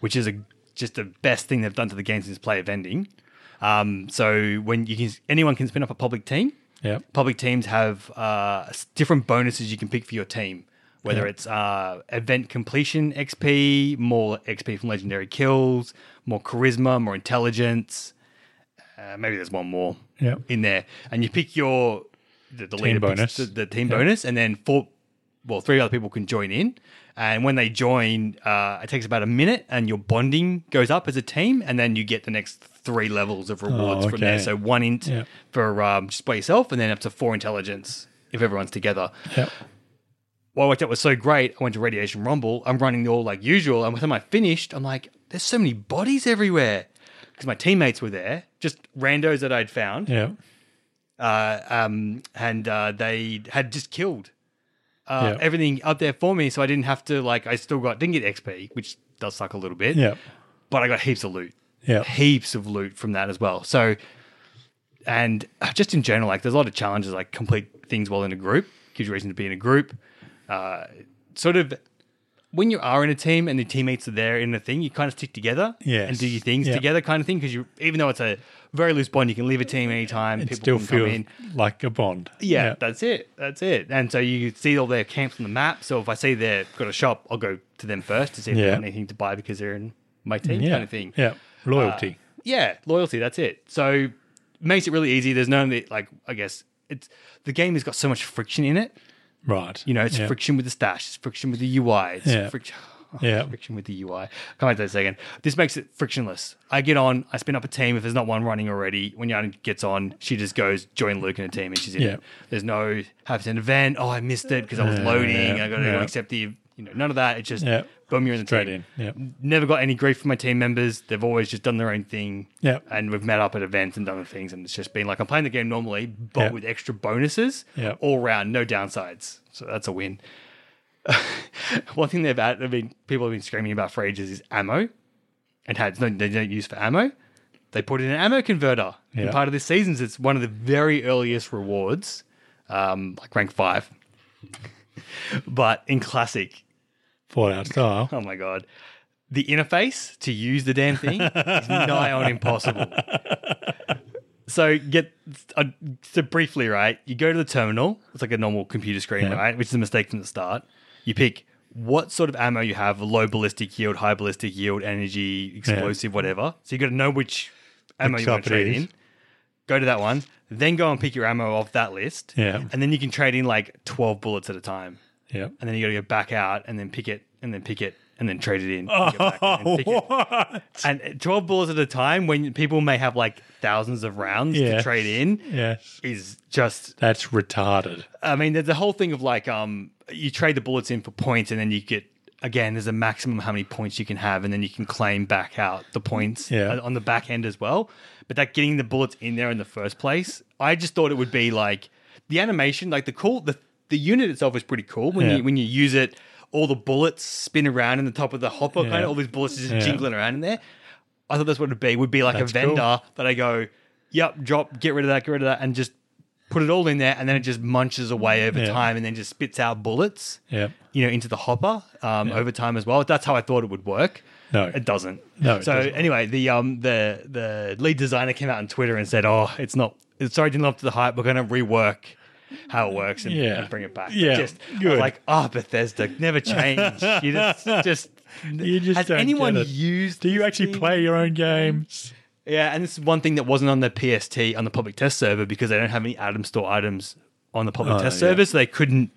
Speaker 2: which is a just the best thing they've done to the game since play of ending. Um, so when you can, anyone can spin up a public team.
Speaker 1: Yep.
Speaker 2: Public teams have uh, s- different bonuses you can pick for your team, whether
Speaker 1: Yeah.
Speaker 2: it's uh, event completion XP, more XP from legendary kills, more charisma, more intelligence. Uh, maybe there's one more
Speaker 1: Yep.
Speaker 2: in there, and you pick your the, the leader picks
Speaker 1: bonus.
Speaker 2: the, the team bonus, and then four, well, three other people can join in. And when they join, uh, it takes about a minute, and your bonding goes up as a team, and then you get the next three levels of rewards from there.
Speaker 1: Oh, okay.
Speaker 2: So one int
Speaker 1: Yeah.
Speaker 2: for um, just by yourself, and then up to four intelligence if everyone's together.
Speaker 1: Yep.
Speaker 2: What I worked out was so great. I went to Radiation Rumble. I'm running the all like usual, and by the time I finished, I'm like, there's so many bodies everywhere because my teammates were there, just randos that I'd found
Speaker 1: Yep.
Speaker 2: uh, um, and uh, they had just killed uh,
Speaker 1: Yeah.
Speaker 2: everything up there for me, so I didn't have to like. I still got didn't get XP, which does suck a little bit.
Speaker 1: Yep.
Speaker 2: but I got heaps of loot,
Speaker 1: Yep.
Speaker 2: heaps of loot from that as well. So, and uh, just in general, like there's a lot of challenges like complete things while in a group gives you reason to be in a group. Uh, sort of when you are in a team and the teammates are there in a thing, you kind of stick together
Speaker 1: Yes.
Speaker 2: and do your things
Speaker 1: Yeah.
Speaker 2: together, kind of thing. Because you, even though it's a very loose bond, you can leave a team anytime.
Speaker 1: It still
Speaker 2: can come
Speaker 1: feels like a bond.
Speaker 2: yeah, that's it. That's it. And so you see all their camps on the map. So if I see they've got a shop, I'll go to them first to see if they
Speaker 1: Yeah.
Speaker 2: have anything to buy because they're in my team
Speaker 1: yeah.
Speaker 2: kind of thing.
Speaker 1: Yeah. Loyalty.
Speaker 2: Yeah, loyalty, that's it. So makes it really easy. There's no like I guess it's the game has got so much friction in it.
Speaker 1: right.
Speaker 2: Uh, You know, it's
Speaker 1: yeah.
Speaker 2: friction with the stash, it's friction with the UI, it's
Speaker 1: Yeah.
Speaker 2: friction
Speaker 1: Yeah.
Speaker 2: friction with the UI. Come back to that second. This makes it frictionless. I get on, I spin up a team. If there's not one running already, when Yana gets on, she just goes join Luke in a team and she's in
Speaker 1: Yeah.
Speaker 2: it. There's no have to an event. Oh, I missed it because I was
Speaker 1: Yeah,
Speaker 2: loading.
Speaker 1: yeah,
Speaker 2: I got to
Speaker 1: yeah.
Speaker 2: accept the you know none of that. It's just
Speaker 1: Yeah.
Speaker 2: boom, you're in the
Speaker 1: Straight
Speaker 2: team.
Speaker 1: in, yeah.
Speaker 2: Never got any grief from my team members. They've always just done their own thing.
Speaker 1: Yeah.
Speaker 2: And we've met up at events and done things, and it's just been like I'm playing the game normally, but
Speaker 1: Yeah.
Speaker 2: with extra bonuses
Speaker 1: Yeah.
Speaker 2: all round, no downsides. So that's a win. One thing they've added, I mean, people have been screaming about for ages is ammo, and how it's no, they don't use for ammo. They put in an ammo converter. in
Speaker 1: Yeah.
Speaker 2: part of this season's, it's one of the very earliest rewards, um, like rank five, but in classic.
Speaker 1: Fallout style.
Speaker 2: Oh my god. The interface to use the damn thing is nigh on impossible. So get uh, so briefly, right? You go to the terminal. It's like a normal computer screen, right? Which is a mistake from the start. You pick what sort of ammo you have: low ballistic yield, high ballistic yield, energy, explosive, whatever. So you got to know which ammo
Speaker 1: Which
Speaker 2: you want
Speaker 1: type it
Speaker 2: to trade
Speaker 1: is.
Speaker 2: in. Go to that one, then go and pick your ammo off that list.
Speaker 1: Yeah.
Speaker 2: and then you can trade in like twelve bullets at a time
Speaker 1: Yeah.
Speaker 2: and then you got to go back out and then pick it and then pick it and then trade it in. and go back and then
Speaker 1: Oh,
Speaker 2: pick it.
Speaker 1: what?
Speaker 2: And 12 bullets at a time when people may have like thousands of rounds
Speaker 1: Yeah.
Speaker 2: to trade in
Speaker 1: Yes.
Speaker 2: is just
Speaker 1: That's retarded.
Speaker 2: I mean there's a whole thing of like um you trade the bullets in for points and then you get again there's a maximum how many points you can have and then you can claim back out the points
Speaker 1: Yeah.
Speaker 2: on- on the back end as well. But that getting the bullets in there in the first place, I just thought it would be like the animation, like the cool the the unit itself is pretty cool when
Speaker 1: Yeah.
Speaker 2: you when you use it. All the bullets spin around in the top of the hopper,
Speaker 1: Yeah.
Speaker 2: kind of all these bullets just
Speaker 1: Yeah.
Speaker 2: jingling around in there. I thought that's what it'd be. Would be like
Speaker 1: That's
Speaker 2: a
Speaker 1: cool.
Speaker 2: vendor that I go, yep, drop, get rid of that, get rid of that, and just put it all in there, and then it just munches away over
Speaker 1: Yeah.
Speaker 2: time, and then just spits out bullets,
Speaker 1: Yeah.
Speaker 2: you know, into the hopper um, over time as well. That's how I thought it would work.
Speaker 1: No.
Speaker 2: it doesn't.
Speaker 1: No, it
Speaker 2: so
Speaker 1: doesn't.
Speaker 2: anyway, the um the the lead designer came out on Twitter and said, "Oh, it's not. it's- Sorry, didn't live up to the hype. We're going to rework." How it works and,
Speaker 1: Yeah.
Speaker 2: and bring it back.
Speaker 1: Yeah,
Speaker 2: just I was
Speaker 1: good.
Speaker 2: like oh Bethesda, never change. You just, just,
Speaker 1: You just
Speaker 2: has
Speaker 1: don't
Speaker 2: anyone
Speaker 1: get it.
Speaker 2: used?
Speaker 1: Do you
Speaker 2: this
Speaker 1: actually
Speaker 2: thing?
Speaker 1: play your own games?
Speaker 2: Yeah, and this is one thing that wasn't on the PST on the public test server because they don't have any Atom Store items on the public
Speaker 1: Oh,
Speaker 2: test
Speaker 1: yeah.
Speaker 2: server, so they couldn't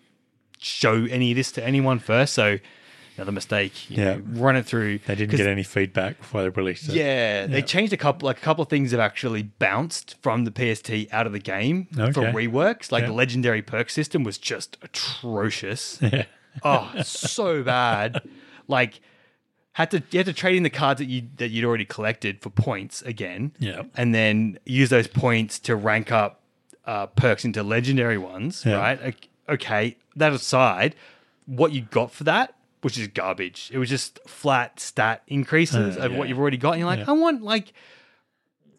Speaker 2: show any of this to anyone first. So another mistake. you
Speaker 1: Yeah.
Speaker 2: know, run it through.
Speaker 1: They didn't
Speaker 2: 'Cause-
Speaker 1: get any feedback before they released it.
Speaker 2: Yeah, they changed a couple. Like a couple of things have actually bounced from the PST out of the game for
Speaker 1: Okay.
Speaker 2: reworks. Like
Speaker 1: Yeah.
Speaker 2: the legendary perk system was just atrocious.
Speaker 1: Yeah.
Speaker 2: oh, so bad. Like had to you had to trade in the cards that you that you'd already collected for points again.
Speaker 1: Yeah.
Speaker 2: And then use those points to rank up uh, perks into legendary ones,
Speaker 1: Yeah.
Speaker 2: right? Ok- Okay, that aside, what you got for that which is garbage. It was just flat stat increases
Speaker 1: Uh,
Speaker 2: of what
Speaker 1: yeah.
Speaker 2: you've already got. And you're like,
Speaker 1: Yeah.
Speaker 2: I want like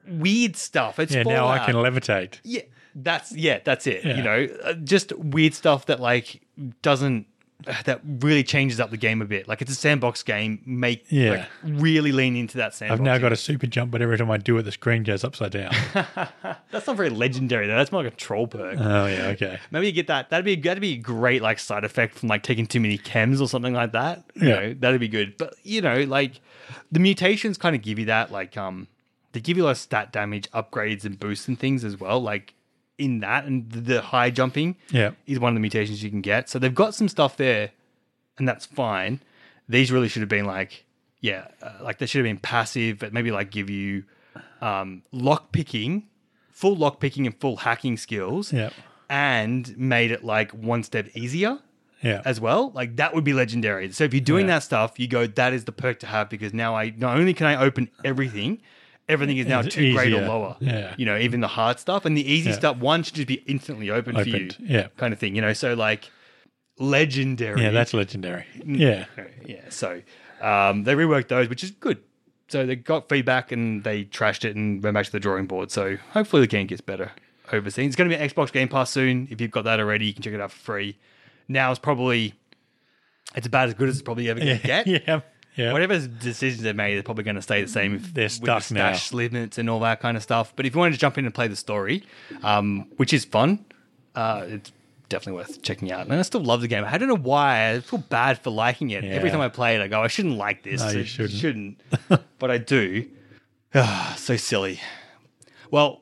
Speaker 2: weird stuff. It's
Speaker 1: Yeah, now I
Speaker 2: Fallout.
Speaker 1: can levitate.
Speaker 2: Yeah, that's yeah, that's it.
Speaker 1: Yeah.
Speaker 2: You know, uh, just weird stuff that like doesn't that really changes up the game a bit. Like it's a sandbox game. Make
Speaker 1: Yeah.
Speaker 2: like, really lean into that sandbox.
Speaker 1: I've now got a super jump, but every time I do it, the screen goes upside down.
Speaker 2: that's not very legendary though. That's more like a troll perk.
Speaker 1: oh, yeah, okay.
Speaker 2: Maybe you get that. That'd be that'd be a great like side effect from like taking too many chems or something like that. You
Speaker 1: Yeah.
Speaker 2: know, that'd be good. But you know, like the mutations kind of give you that. Like um, they give you a lot of stat damage upgrades and boosts and things as well. Like in that and the- the high jumping.
Speaker 1: Yeah.
Speaker 2: is one of the mutations you can get. So they've got some stuff there, and that's fine. These really should have been like, yeah, uh, like they should have been passive, but maybe like give you um, lock picking, full lock picking and full hacking skills,
Speaker 1: Yeah.
Speaker 2: and made it like one step easier
Speaker 1: Yeah.
Speaker 2: as well. Like that would be legendary. So if you're doing
Speaker 1: Yeah.
Speaker 2: that stuff, you go, that is the perk to have because now I not only can I open everything, everything is now
Speaker 1: It's
Speaker 2: two grade or
Speaker 1: easier.
Speaker 2: lower.
Speaker 1: Yeah.
Speaker 2: You know, even the hard stuff and the easy
Speaker 1: Yeah.
Speaker 2: stuff, one should just be instantly open for you.
Speaker 1: Opened. Yeah.
Speaker 2: Kind of thing. You know, so like legendary.
Speaker 1: Yeah, that's legendary. Yeah.
Speaker 2: yeah. So um, they reworked those, which is good. So they got feedback and they trashed it and went back to the drawing board. So hopefully the game gets better overseas. It's going to be an Xbox Game Pass soon. If you've got that already, you can check it out for free. Now it's probably it's about as good as it's probably ever going to
Speaker 1: Yeah.
Speaker 2: get.
Speaker 1: Yeah. Yeah.
Speaker 2: Whatever decisions they made, they're probably going to stay the same. If
Speaker 1: They're
Speaker 2: with the
Speaker 1: stuck now.
Speaker 2: stash limits and all that kind of stuff. But if you wanted to jump in and play the story, um, which is fun, uh, it's definitely worth checking out. And I still love the game. I don't know why. I feel bad for liking it. Every
Speaker 1: Yeah.
Speaker 2: time I play it, I go, I shouldn't like this.
Speaker 1: No, you
Speaker 2: It
Speaker 1: shouldn't.
Speaker 2: but I do. Ah, so silly. Well,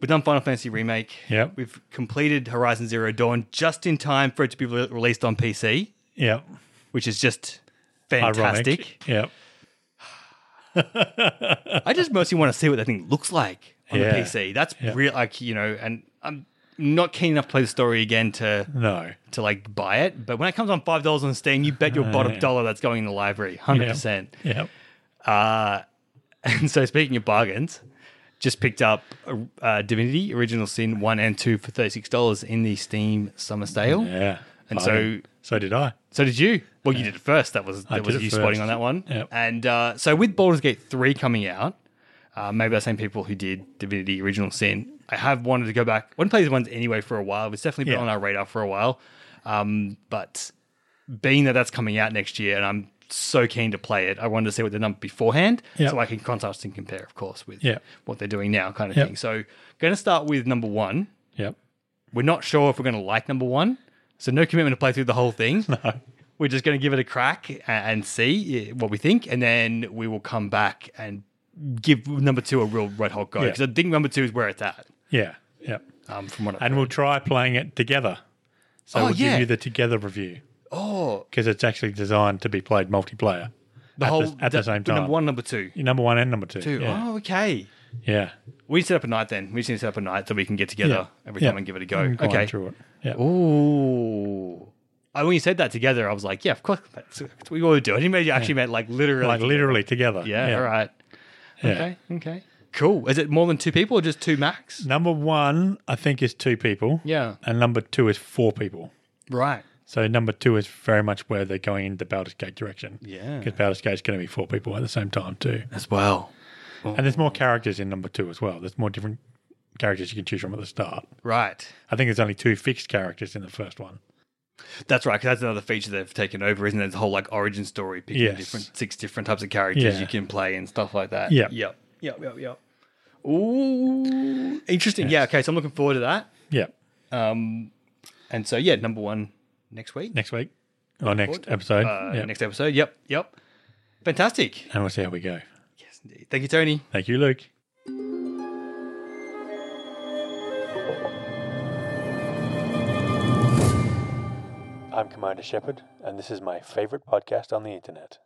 Speaker 2: we've done Final Fantasy Remake.
Speaker 1: Yep.
Speaker 2: We've completed Horizon Zero Dawn just in time for it to be re- released on PC,
Speaker 1: Yeah.
Speaker 2: which is just fantastic.
Speaker 1: Yeah.
Speaker 2: I just mostly want to see what that thing looks like on
Speaker 1: Yeah.
Speaker 2: the PC. That's
Speaker 1: Yeah.
Speaker 2: real, like you know, and I'm not keen enough to play the story again to
Speaker 1: No.
Speaker 2: to like buy it. But when it comes on five dollars on Steam, you bet your bottom dollar that's going in the library, hundred percent.
Speaker 1: Oh, Yeah.
Speaker 2: And so, speaking of bargains, just picked up uh, Divinity Original Sin one and two for thirty six dollars in the Steam summer sale.
Speaker 1: Yeah.
Speaker 2: And
Speaker 1: I-
Speaker 2: so-
Speaker 1: so did I.
Speaker 2: So did you? Well, you did it first. That was that
Speaker 1: did
Speaker 2: was
Speaker 1: it
Speaker 2: you
Speaker 1: first.
Speaker 2: spotting on that one.
Speaker 1: Yep.
Speaker 2: And uh, so with Baldur's Gate three coming out, uh, maybe the same people who did Divinity Original Sin. I have wanted to go back. I want to play these ones anyway for a while. It's definitely been
Speaker 1: Yeah.
Speaker 2: on our radar for a while. Um, but being that that's coming out next year, and I'm so keen to play it, I wanted to see what the number beforehand,
Speaker 1: Yep.
Speaker 2: so I can contrast and compare, of course, with
Speaker 1: Yep.
Speaker 2: what they're doing now, kind of
Speaker 1: Yep.
Speaker 2: thing. So, going to start with number one.
Speaker 1: Yep.
Speaker 2: We're not sure if we're going to like number one, so no commitment to play through the whole thing.
Speaker 1: No.
Speaker 2: We're just going to give it a crack a- and see eh, what we think, and then we will come back and give number two a real red hot go
Speaker 1: Yeah.
Speaker 2: because I think number two is where it's at.
Speaker 1: Yeah. Yep.
Speaker 2: Um, from what I
Speaker 1: And we'll try playing it together. So
Speaker 2: Oh,
Speaker 1: we'll
Speaker 2: yeah.
Speaker 1: give you the together review
Speaker 2: oh
Speaker 1: because it's actually designed to be played multiplayer.
Speaker 2: the
Speaker 1: at
Speaker 2: whole
Speaker 1: the, at the same time.
Speaker 2: number one number two
Speaker 1: Number one and number two.
Speaker 2: two
Speaker 1: Yeah.
Speaker 2: oh okay
Speaker 1: yeah.
Speaker 2: we set up a night then we just need to set up a night that we can get together every time and give it a go
Speaker 1: I'm going
Speaker 2: okay
Speaker 1: Through it. Yeah.
Speaker 2: ooh I, when you said that together I was like yeah of course that's, that's what we all do I didn't mean you actually meant like literally
Speaker 1: Like literally together.
Speaker 2: yeah, all right
Speaker 1: Yeah.
Speaker 2: okay okay cool is it more than two people or just two max
Speaker 1: Number one, I think, is two people.
Speaker 2: Yeah.
Speaker 1: And number two is four people.
Speaker 2: right
Speaker 1: So number two is very much where they're going in the Baldur's Gate direction.
Speaker 2: Yeah.
Speaker 1: Because Baldur's Gate's going to be four people at the same time too.
Speaker 2: as well
Speaker 1: And there's more characters in number two as well. There's more different characters you can choose from at the start.
Speaker 2: right
Speaker 1: I think there's only two fixed characters in the first one.
Speaker 2: That's right, because that's another feature they've taken over, isn't it? The whole like origin story, picking
Speaker 1: Yes.
Speaker 2: different six different types of characters
Speaker 1: Yeah.
Speaker 2: you can play and stuff like that.
Speaker 1: Yeah.
Speaker 2: Yep. Yep. Yep. Yep. Ooh, interesting. Yeah. Okay, so I'm looking forward to that.
Speaker 1: Yeah.
Speaker 2: Um, and so yeah, number one next week,
Speaker 1: Next week or next episode.
Speaker 2: uh,
Speaker 1: yeah.
Speaker 2: next episode. Yep. Yep. Fantastic.
Speaker 1: and we'll see how we go.
Speaker 2: Yes, indeed. Thank you, Tony.
Speaker 1: Thank you, Luke. I'm Commander Shepard, and this is my favorite podcast on the internet.